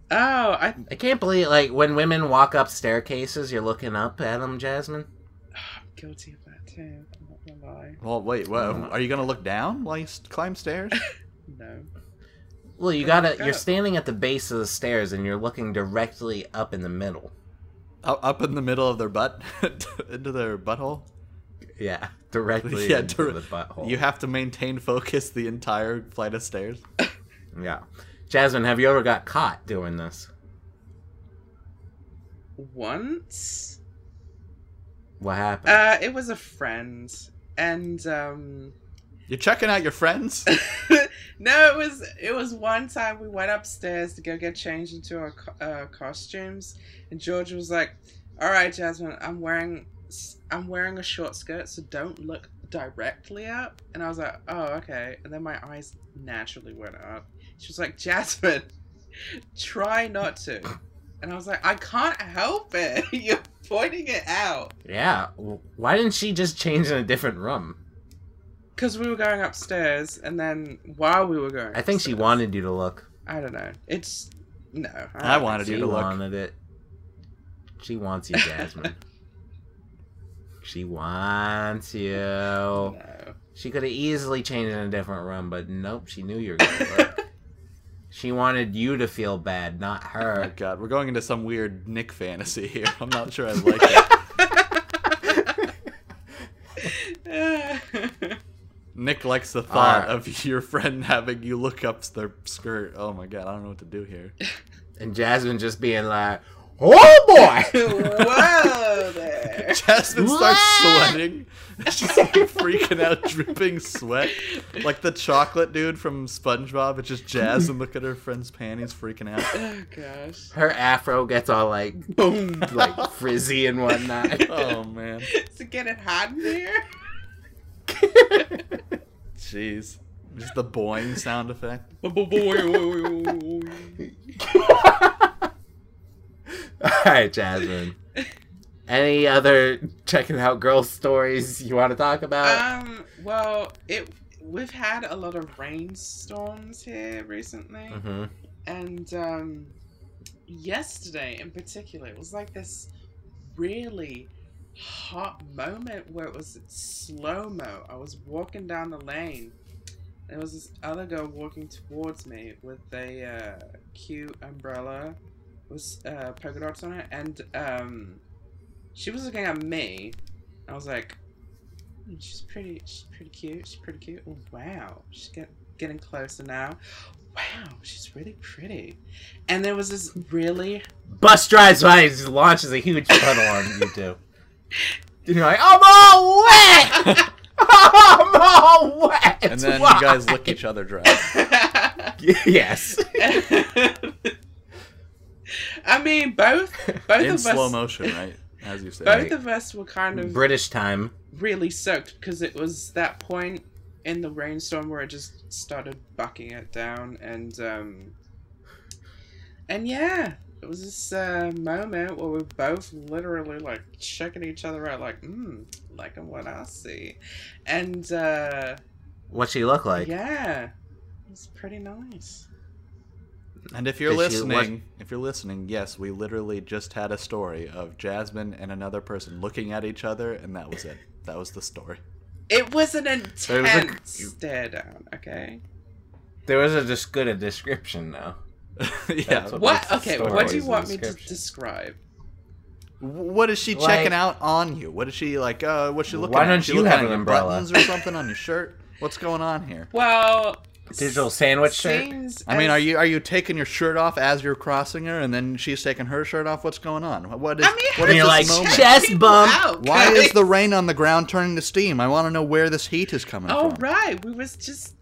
Oh, I I can't believe like when women walk up staircases, you're looking up at them, Jasmine. I'm guilty of that too. I'm not gonna lie. Well, wait, what, Uh-huh. Oh. are you gonna look down while you s- climb [laughs] stairs? No. Well, you Go gotta. look You're up. standing at the base of the stairs, and you're looking directly up in the middle. Up up in the middle of their butt, [laughs] into their butthole. Yeah, [laughs] directly Yeah, into dir- the butthole. You have to maintain focus the entire flight of stairs. yeah, Jasmine, have you ever got caught doing this? Once, What happened? uh, it was a friend, and um, You're checking out your [laughs] friends. Oh no, it was it was one time we went upstairs to go get changed into our co- uh, costumes, and George was like, "All right, Jasmine, I'm wearing s- I'm wearing a short skirt, so don't look directly up." And I was like, "Oh, okay." And then my eyes naturally went up. She was like, "Jasmine, try not to." And I was like, "I can't help it. [laughs] You're pointing it out." yeah. w- Why didn't she just change in a different room? Because we were going upstairs, and then while we were going, I think she upstairs- wanted you to look. I don't know. It's no. I, I don't wanted think you She to look. wanted it. She wants you, [laughs] Jasmine. she wants so. you. No. She could have easily changed in a different room, but nope. She knew you were gonna [laughs] look. she wanted you to feel bad, not Oh [laughs] her. God, we're going into some weird Nick fantasy here. I'm not sure I like it. Nick likes the thought Alright. of [laughs] your friend having you look up their skirt. Oh my God, I don't know what to do here. And Jasmine just being like, "Oh boy." [laughs] Whoa there. Jasmine starts What? sweating. She's like freaking out, dripping sweat. Like the chocolate dude from SpongeBob. It's just Jazz and look at her friend's panties freaking out. Oh gosh. her afro gets all like [laughs] Boom. like frizzy and [laughs] whatnot. Oh man. Is it getting hot in here? Jeez. Just the boing sound effect. [laughs] all right, Jasmine. Any other checking out girls stories you want to talk about? [laughs] um. Well, it. We've had a lot of rainstorms here recently. hmm and um, yesterday in particular, it was like this really hot moment where it was slow mo. I was walking down the lane. There was this other girl walking towards me with a uh, cute umbrella with uh, polka dots on it, and um, she was looking at me. I was like, "Hmm, "She's pretty. She's pretty cute. She's pretty cute. Oh, wow, she's get, getting closer now." wow, she's really pretty. And there was this really [laughs] Bus drives by and just launches a huge puddle on you two. And you're like, I'm all [laughs] wet! I'm all wet! And then Why?" you guys lick each other dry. [laughs] Yes. I mean both both In of slow us motion, right? As you say. both Right. of us were kind of British time. really soaked because it was that point in the rainstorm where it just started bucking it down and um and yeah it was this uh, moment where we're both literally like checking each other out like mm liking what i see and uh What she look like? yeah it's pretty nice And if you're Did she- what- listening, if you're listening, yes, we literally just had a story of Jasmine and another person looking at each other, and that was it. That was the story. [laughs] it was an intense was a- stare down okay There was a just good a description though. yeah. What, That's what- what that's the okay story. what do you It's a want me to description. describe what is she Like- checking out on you? What is she like? Uh, what's she looking? Why at? don't She you looking have at an your umbrella? Buttons or something on your shirt? What's going on here? well Digital sandwich shirt. seems I mean, as- are [laughs] you are you taking your shirt off as you're crossing her, and then she's taking her shirt off? What's going on? What is? I mean, what And is this you're like, moment? "Shit." chest People bump. out, Why guys. is [laughs] the rain on the ground turning to steam? I want to know where this heat is coming Oh from. right, we was just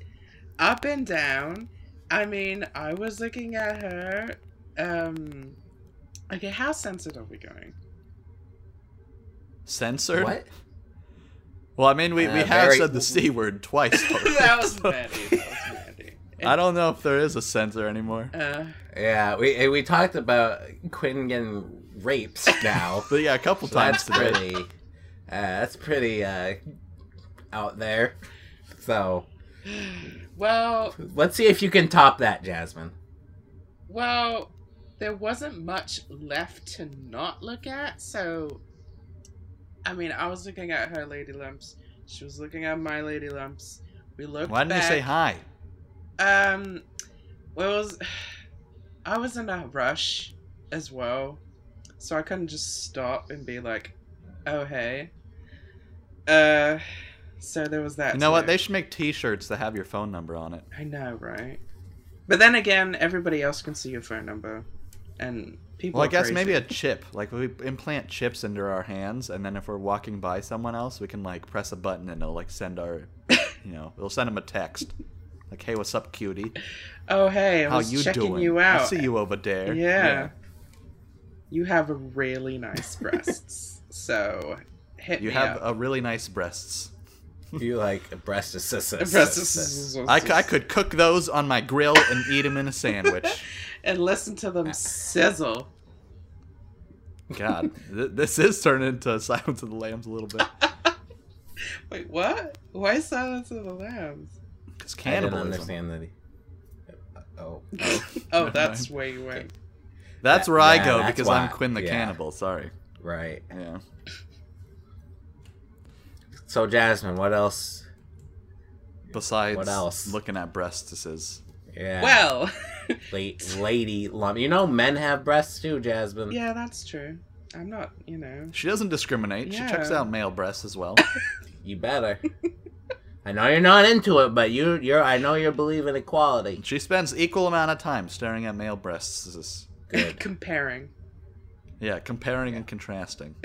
up and down. I mean, I was looking at her. Um, Okay, how censored are we going? [laughs] Censored? Well, I mean, we, we Uh, have very- said the C word twice. already. [laughs] that [laughs] was Mandy. That was Mandy. I don't know if there is a censor anymore. Uh, Yeah, we and we talked about Quinn getting rapes [laughs] now. But yeah, a couple so times that's today. pretty. Uh, that's pretty uh, out there. So well, let's see if you can top that, Jasmine. well, there wasn't much left to not look at. So, I mean, I was looking at her lady lumps. She was looking at my lady lumps. We looked. Why didn't you say hi? back. Um, well, it was I was in a rush as well, so I couldn't just stop and be like, "Oh hey." Uh, so there was that. You know what? too. They should make T-shirts that have your phone number on it. I know, right? But then again, everybody else can see your phone number, and people. Well, I guess maybe a chip. Like we implant chips into our hands, and then if we're walking by someone else, we can like press a button and it'll like send our, you know, it'll send them a text, like, "Hey, what's up, cutie? Oh hey, I How was you checking doing? you out. I see you over there." Yeah. You have really nice breasts, so hit You me have up. a really nice breasts. You like breast assistance? Breasts- I, c- I could cook those on my grill and eat them in a [laughs] sandwich. and listen to them sizzle. God, th- this is turning into [laughs] Silence of the Lambs a little bit. Wait, what? Why Silence of the Lambs? Because I didn't cannibalism. understand that. He... Oh, Oh, that's where you went. That's where Yeah, I go that's because why. I'm Quinn the Yeah. Cannibal. Sorry. right. Yeah. So Jasmine, what else? Besides What else? looking at breastises. Yeah. Well, [laughs] La- lady lump. You know, men have breasts too, Jasmine. yeah, that's true. I'm not, you know. She doesn't discriminate. She checks Yeah. out male breasts as [laughs] well. You better. I know you're not into it, but you you're. I know you believe in equality. she spends equal amount of time staring at male breasts. Good. Comparing. Yeah, comparing and contrasting.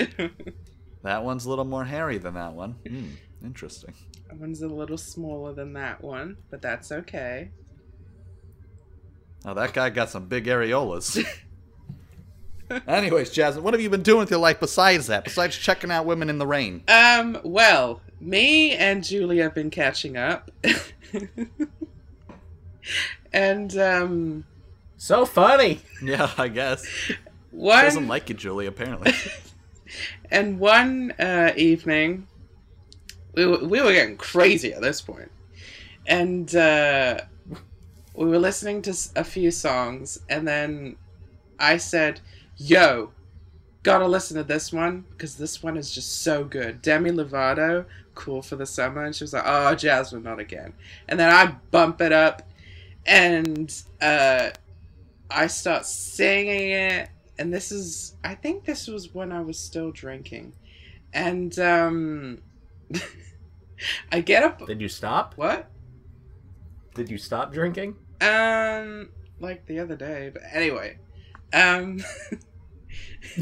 that one's a little more hairy than that one. Hmm, interesting. That One's a little smaller than that one, but that's okay. Oh, that guy got some big areolas. Anyways, Jasmine, what have you been doing with your life besides that? Besides checking out women in the rain? Um, well, me and Julie have been catching up. [laughs] and, um, So funny. Yeah, I guess. She one. doesn't like you, Julie, apparently. And one uh, evening, we were, we were getting crazy at this point, and uh, we were listening to s- a few songs, and then I said, "Yo, gotta listen to this one because this one is just so good." Demi Lovato, "Cool for the Summer," and she was like, "Oh, Jasmine, not again." And then I bump it up, and uh, I start singing it and this is I think this was when I was still drinking. And um [laughs] I get up Did you stop? what? Did you stop drinking? Um like the other day, but anyway. Um [laughs]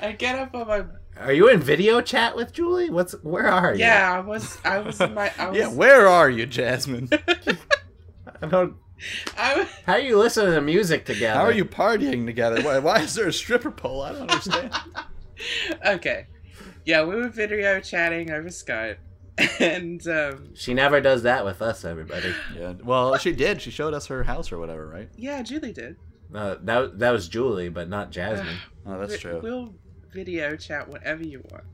I get up on my Are you in video chat with Julie? What's where are you? Yeah, I was I was in my [laughs] I [laughs] was yeah, where are you, Jasmine? I don't, I was [laughs] how are you listening to music together? How are you partying together? Why, why is there a stripper pole? I don't understand. okay. Yeah, we were video chatting over Skype [laughs] and um She never does that with us, everybody. [laughs] yeah, well, she did. She showed us her house or whatever, right? yeah, Julie did. No, Uh, that that was Julie, but not Jasmine. Oh, that's We- true. We'll video chat whatever you want.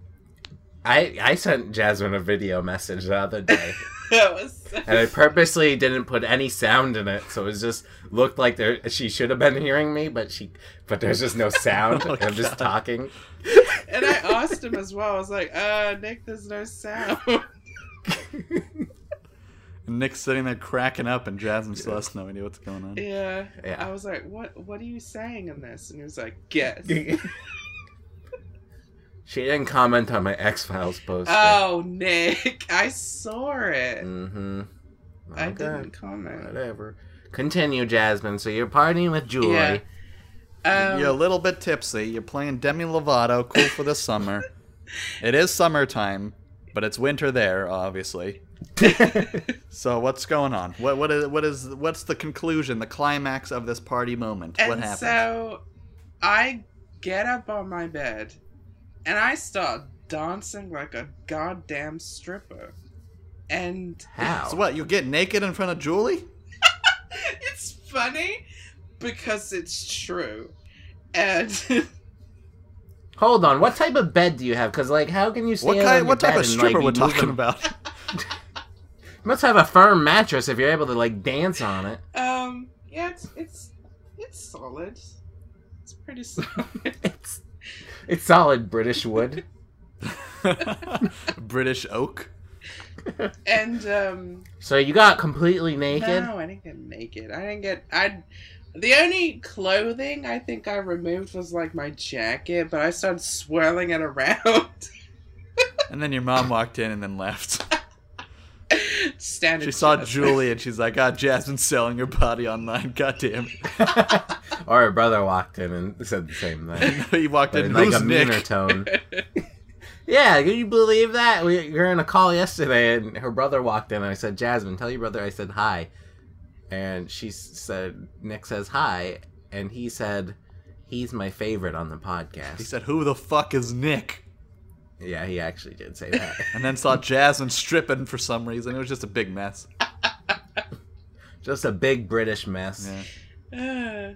[laughs] I I sent Jasmine a video message the other day, That was so and I purposely didn't put any sound in it, so it was just looked like there she should have been hearing me, but she but there's just no sound. [laughs] Oh, I'm God. just talking. [laughs] And I asked him as well. I was like, uh, Nick, there's no sound. [laughs] And Nick's sitting there cracking up, and Jasmine still has no idea what's going on. yeah. Yeah. I was like, what What are you saying in this? And he was like, guess. [laughs] she didn't comment on my X Files post. oh, Nick, [laughs] I saw it. Um, Mm-hmm. I didn't comment. Whatever. Continue, Jasmine. So you're partying with Julie. Yeah. Um, you're a little bit tipsy. You're playing Demi Lovato, cool for the summer. it is summertime, but it's winter there, [laughs] obviously. So what's going on? What what is what is what's the conclusion, the climax of this party moment? and what happens? so I get up on my bed and I start dancing like a goddamn stripper. And [laughs] How? So what? You get naked in front of Julie? it's funny because it's true. And [laughs] Hold on. What type of bed do you have? Because like, how can you stand What on your kind? What type bed of and, stripper like, be we're talking moving- about? You must have a firm mattress if you're able to like dance [laughs] on it. um yeah, it's it's it's solid. It's pretty solid. It's it's solid British wood. [laughs] [laughs] British oak. and um So you got completely naked. No, I didn't get naked. I didn't get. I. The only clothing I think I removed was like my jacket, but I started swirling it around. [laughs] And then your mom walked in and then [laughs] left. Standard. She saw dress. Julie and she's like, "Ah, Jasmine's selling her body online. Goddamn!" [laughs] [laughs] or her brother walked in and said the same thing, he walked but in. in like Who's a Nick? meaner tone. [laughs] yeah, can you believe that? We were in a call yesterday, and her brother walked in, and I said, "Jasmine, tell your brother I said hi." And she s- said, "Nick says hi," and he said, "He's my favorite on the podcast." He said, "Who the fuck is Nick?" yeah, he actually did say that. And then saw Jasmine stripping for some reason. It was just a big mess. Just a big British mess. Yeah.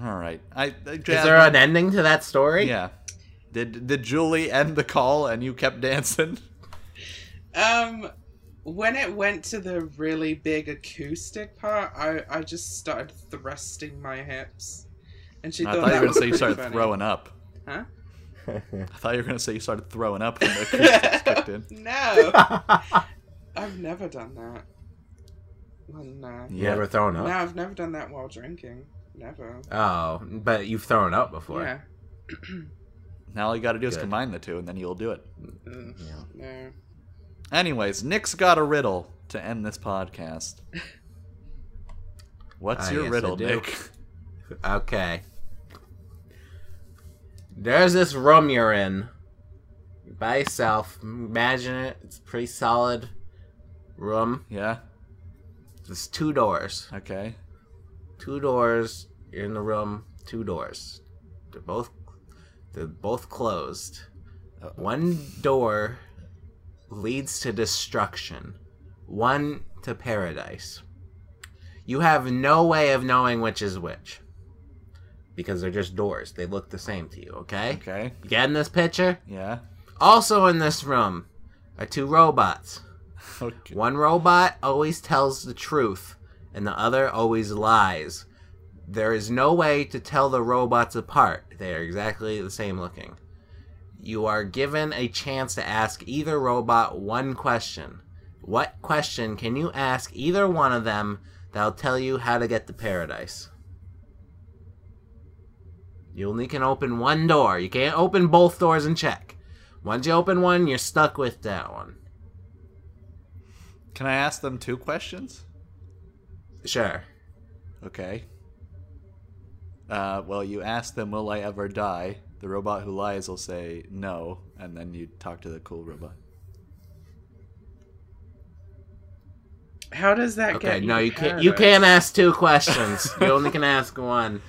Uh, All right. I, I Jasmine, Is there an ending to that story? [laughs] Yeah. Did did Julie end the call and you kept [laughs] dancing? [sighs] um, when it went to the really big acoustic part, I I just started thrusting my hips, and she I thought, thought you that were gonna was say you pretty started funny. throwing up. I thought you were gonna say you started throwing up when the acoustics kicked [laughs] in. No, [laughs] I've never done that. Well, no. you ever thrown No, up? I've never done that while drinking. Never. Oh, but you've thrown up before. Yeah. Now all you gotta do is Good. combine the two and then you'll do it. Ugh, Yeah. No. Anyways, Nick's got a riddle to end this podcast. [laughs] What's Ah, your yes, I riddle, do. Nick? [laughs] Okay. There's this room you're in by yourself. Imagine it. It's a pretty solid room. Yeah? There's two doors. Okay. Two doors. You're in the room. Two doors. They're both they're both closed. Uh, Uh-oh. One door leads to destruction. One to paradise. You have no way of knowing which is which. Because they're just doors. They look the same to you, okay? Okay. You Getting this picture? Yeah. [laughs] Also in this room are two robots. Okay. One robot always tells the truth, and the other always lies. There is no way to tell the robots apart. They are exactly the same looking. You are given a chance to ask either robot one question. What question can you ask either one of them that'll tell you how to get to paradise? You only can open one door. You can't open both doors and check. Once you open one, you're stuck with that one. Can I ask them two questions? Sure. Okay. Uh, well, you ask them, "Will I ever die?" The robot who lies will say no, and then you talk to the cool robot. How does that get? Okay, no, you can't. paradise? You can't ask two questions. you only can ask [laughs] one.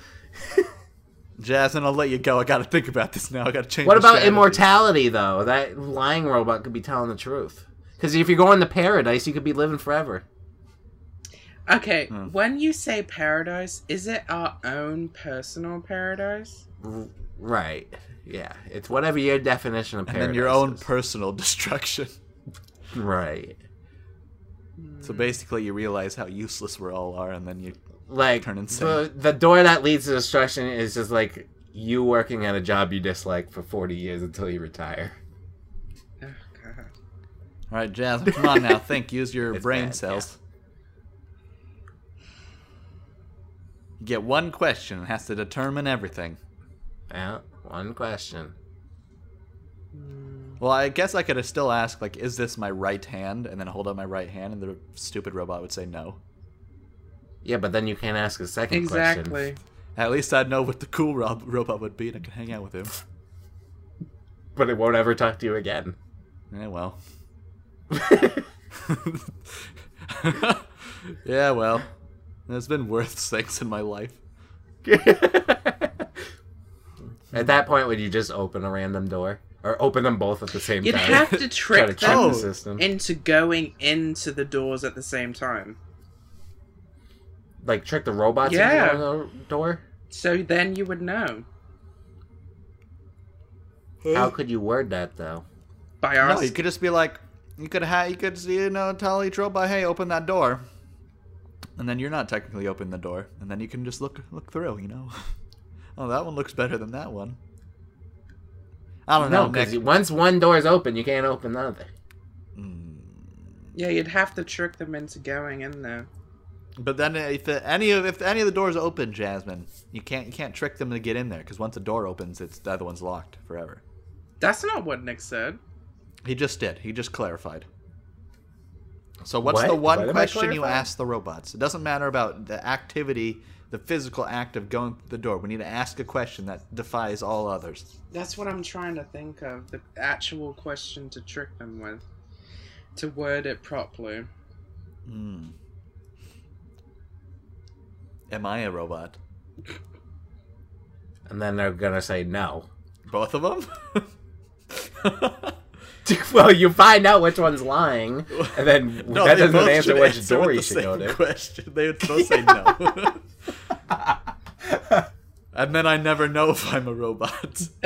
Jasmine, I'll let you go. I got to think about this now. I got to change. What the about strategy. immortality, though? That lying robot could be telling the truth. Because if you're going to paradise, you could be living forever. Okay, Hmm. when you say paradise, is it our own personal paradise? R- right? Yeah. It's whatever your definition of And paradise. then your own is. personal [laughs] destruction. right? So basically, you realize how useless we all are, and then you. Like Turn the insane. the door that leads to destruction is just like you working at a job you dislike for 40 years until you retire. Oh, God. All right, Jasmine, come on now. [laughs] Think. Use your It's brain bad, cells. You get one question. It has to determine everything. Yeah. One question. Well, I guess I could have still asked, like, is this my right hand? And then hold up my right hand, and the stupid robot would say no. Yeah, but then you can't ask a second question. Exactly. At least I'd know what the cool rob- robot would be, and I could hang out with him. But it won't ever talk to you again. Yeah, Eh, well. [laughs] [laughs] [laughs] yeah, well. There's been worse things in my life. At that point, would you just open a random door or open them both at the same You'd time? [laughs] have to Try trick to trick Oh. the them system, into going into the doors at the same time. like trick the robots Yeah. into going in the door. So then you would know How could you word that though? by No, you asking. could just be like, you could ha- you could you know tell each robot, hey, open that door, and then you're not technically open the door, and then you can just look look through, you know. [laughs] oh, that one looks better than that one. I don't No, know, Nick. because once one door is open, you can't open the other. Yeah, you'd have to trick them into going in there. But then if any of if any of the doors open, Jasmine, you can't you can't trick them to get in there because once a door opens, it's the other one's locked forever. That's not what Nick said. He just did. He just clarified. So what's What? the Why one did I question you clarify? ask the robots? It doesn't matter about the activity, the physical act of going through the door. We need to ask a question that defies all others. That's what I'm trying to think of the actual question to trick them with, to word it properly. Hmm. Am I a robot? And then they're gonna say no. [laughs] [laughs] Both of them? well, you find out which one's lying, [laughs] and then that they both doesn't answer should which answer door with you the same should go to. [laughs] [laughs] Question. They would both say no. [laughs] and then I never know if I'm a robot. [laughs]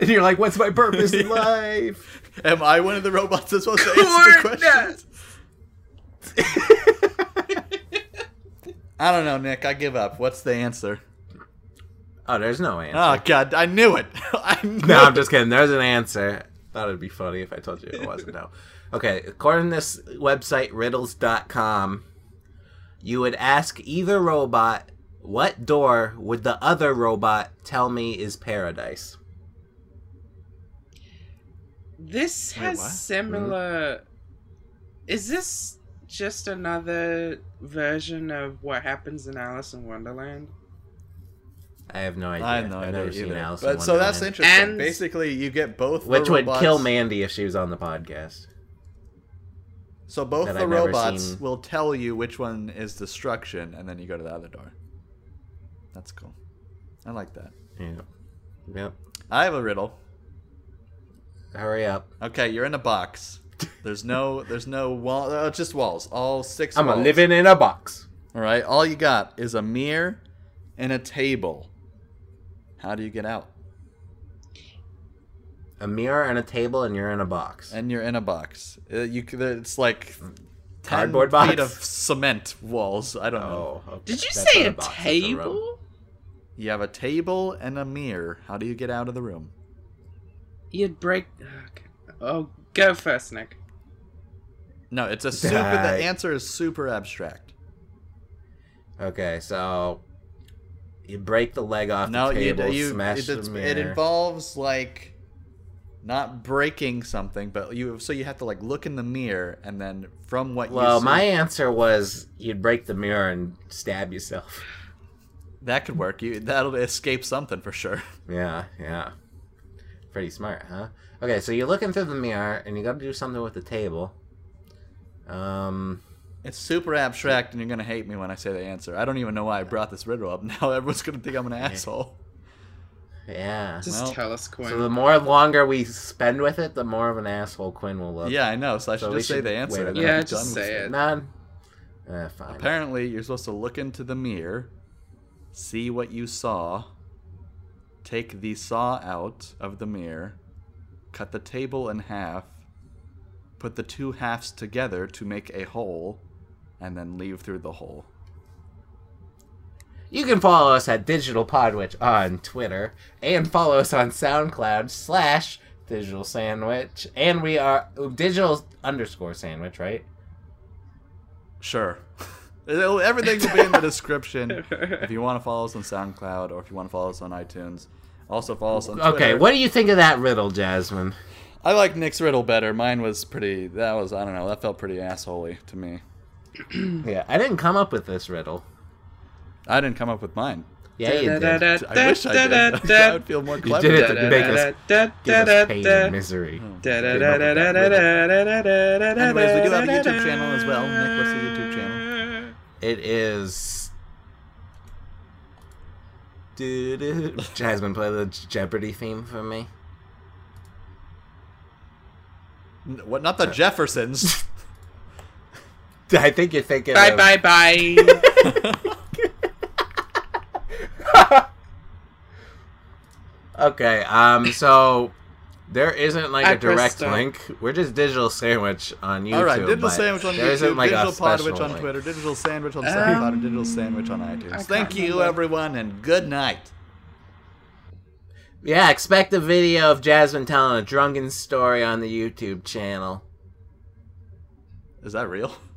and you're like, "What's my purpose in [laughs] Yeah. life?" Am I one of the robots that's supposed to answer the questions? I don't know, Nick. I give up. What's the answer? Oh, there's no answer. Oh God, I knew it. [laughs] I knew [laughs] No, I'm it. just kidding. There's an answer. Thought it'd be funny if I told you it wasn't. No. Okay, according to this website, riddles.com, you would ask either robot, what door would the other robot tell me is paradise? This Wait, has what? similar. Is this just another version of what happens in Alice in Wonderland? I have no idea. I have no I've idea never seen either. Alice in but so that's Wonderland. interesting. And- Basically, you get both the Which would robots- kill Mandy if she was on the podcast. So both that the I've never robots seen. will tell you which one is destruction, and then you go to the other door. That's cool. I like that. Yeah. Yep. I have a riddle. Hurry up. Okay, you're in a box. There's no, there's no wall. Uh, just walls. All 6 I'm a walls. living in a box. All right. All you got is a mirror and a table. How do you get out? A mirror and a table, and you're in a box. And you're in a box. Uh, you, c- it's like 10 Cardboard feet box? of cement walls. I don't know. oh. okay. Did you That's say not a box, that's room. table? You have a table and a mirror. How do you get out of the room? You'd break. Okay. Oh, go first, Nick. No, it's a super. Die. The answer is super abstract. Okay, so you break the leg off No, the you, table, you smash it, it's- the it mirror. involves like not breaking something, but you so you have to like look in the mirror and then from what you well, see, my answer was you'd break the mirror and stab yourself. [laughs] that could work. You that'll escape something for sure. Yeah, yeah. Pretty smart, huh? Okay, so you're looking through the mirror and you got to do something with the table. Um, It's super abstract, and you're gonna hate me when I say the answer. I don't even know why I brought this riddle up. [laughs] Now everyone's gonna think I'm an asshole. yeah. Just Well, tell us, Quinn. So the more longer we spend with it, the more of an asshole Quinn will look. Yeah, I know. So I should So we just say should the wait answer. a and minute. then yeah, be done just with say it. None. Eh, fine. Apparently, you're supposed to look into the mirror, see what you saw, take the saw out of the mirror, cut the table in half, put the two halves together to make a hole, and then leave through the hole. You can follow us at Digital Podwitch on Twitter and follow us on SoundCloud slash Digital Sandwich. And we are oh, Digital underscore Sandwich, right? Sure. [laughs] It'll- Everything will be in the [laughs] description if you want to follow us on SoundCloud or if you want to follow us on iTunes. Also follow us on Twitter. Okay, what do you think of that riddle, Jasmine? I like Nick's riddle better. Mine was pretty. That was I don't know. That felt pretty assholey to me. Yeah, I didn't come up with this riddle. I didn't come up with mine. Yeah, you did. I wish I did. [laughs] I would feel more clever. did it to make us- Give us pain and Anyways, misery. Anyways, we we do have a YouTube channel as well. Nick, what's the YouTube channel? It is doo-doo. Jasmine, play the Jeopardy theme for me. [laughs] N- What? Not the [laughs] Jeffersons. [laughs] I think you're thinking. Bye of- bye bye. Okay, um, so there isn't like I a direct pressed, uh, link. We're just digital sandwich on YouTube. All right, digital but sandwich on there isn't, YouTube, like, a digital podwitch special on link. Twitter, digital sandwich on SoundCloud, and digital sandwich on I iTunes. Thank can't you, remember. everyone, and good night. Yeah, expect a video of Jasmine telling a drunken story on the YouTube channel. Is that real? [laughs]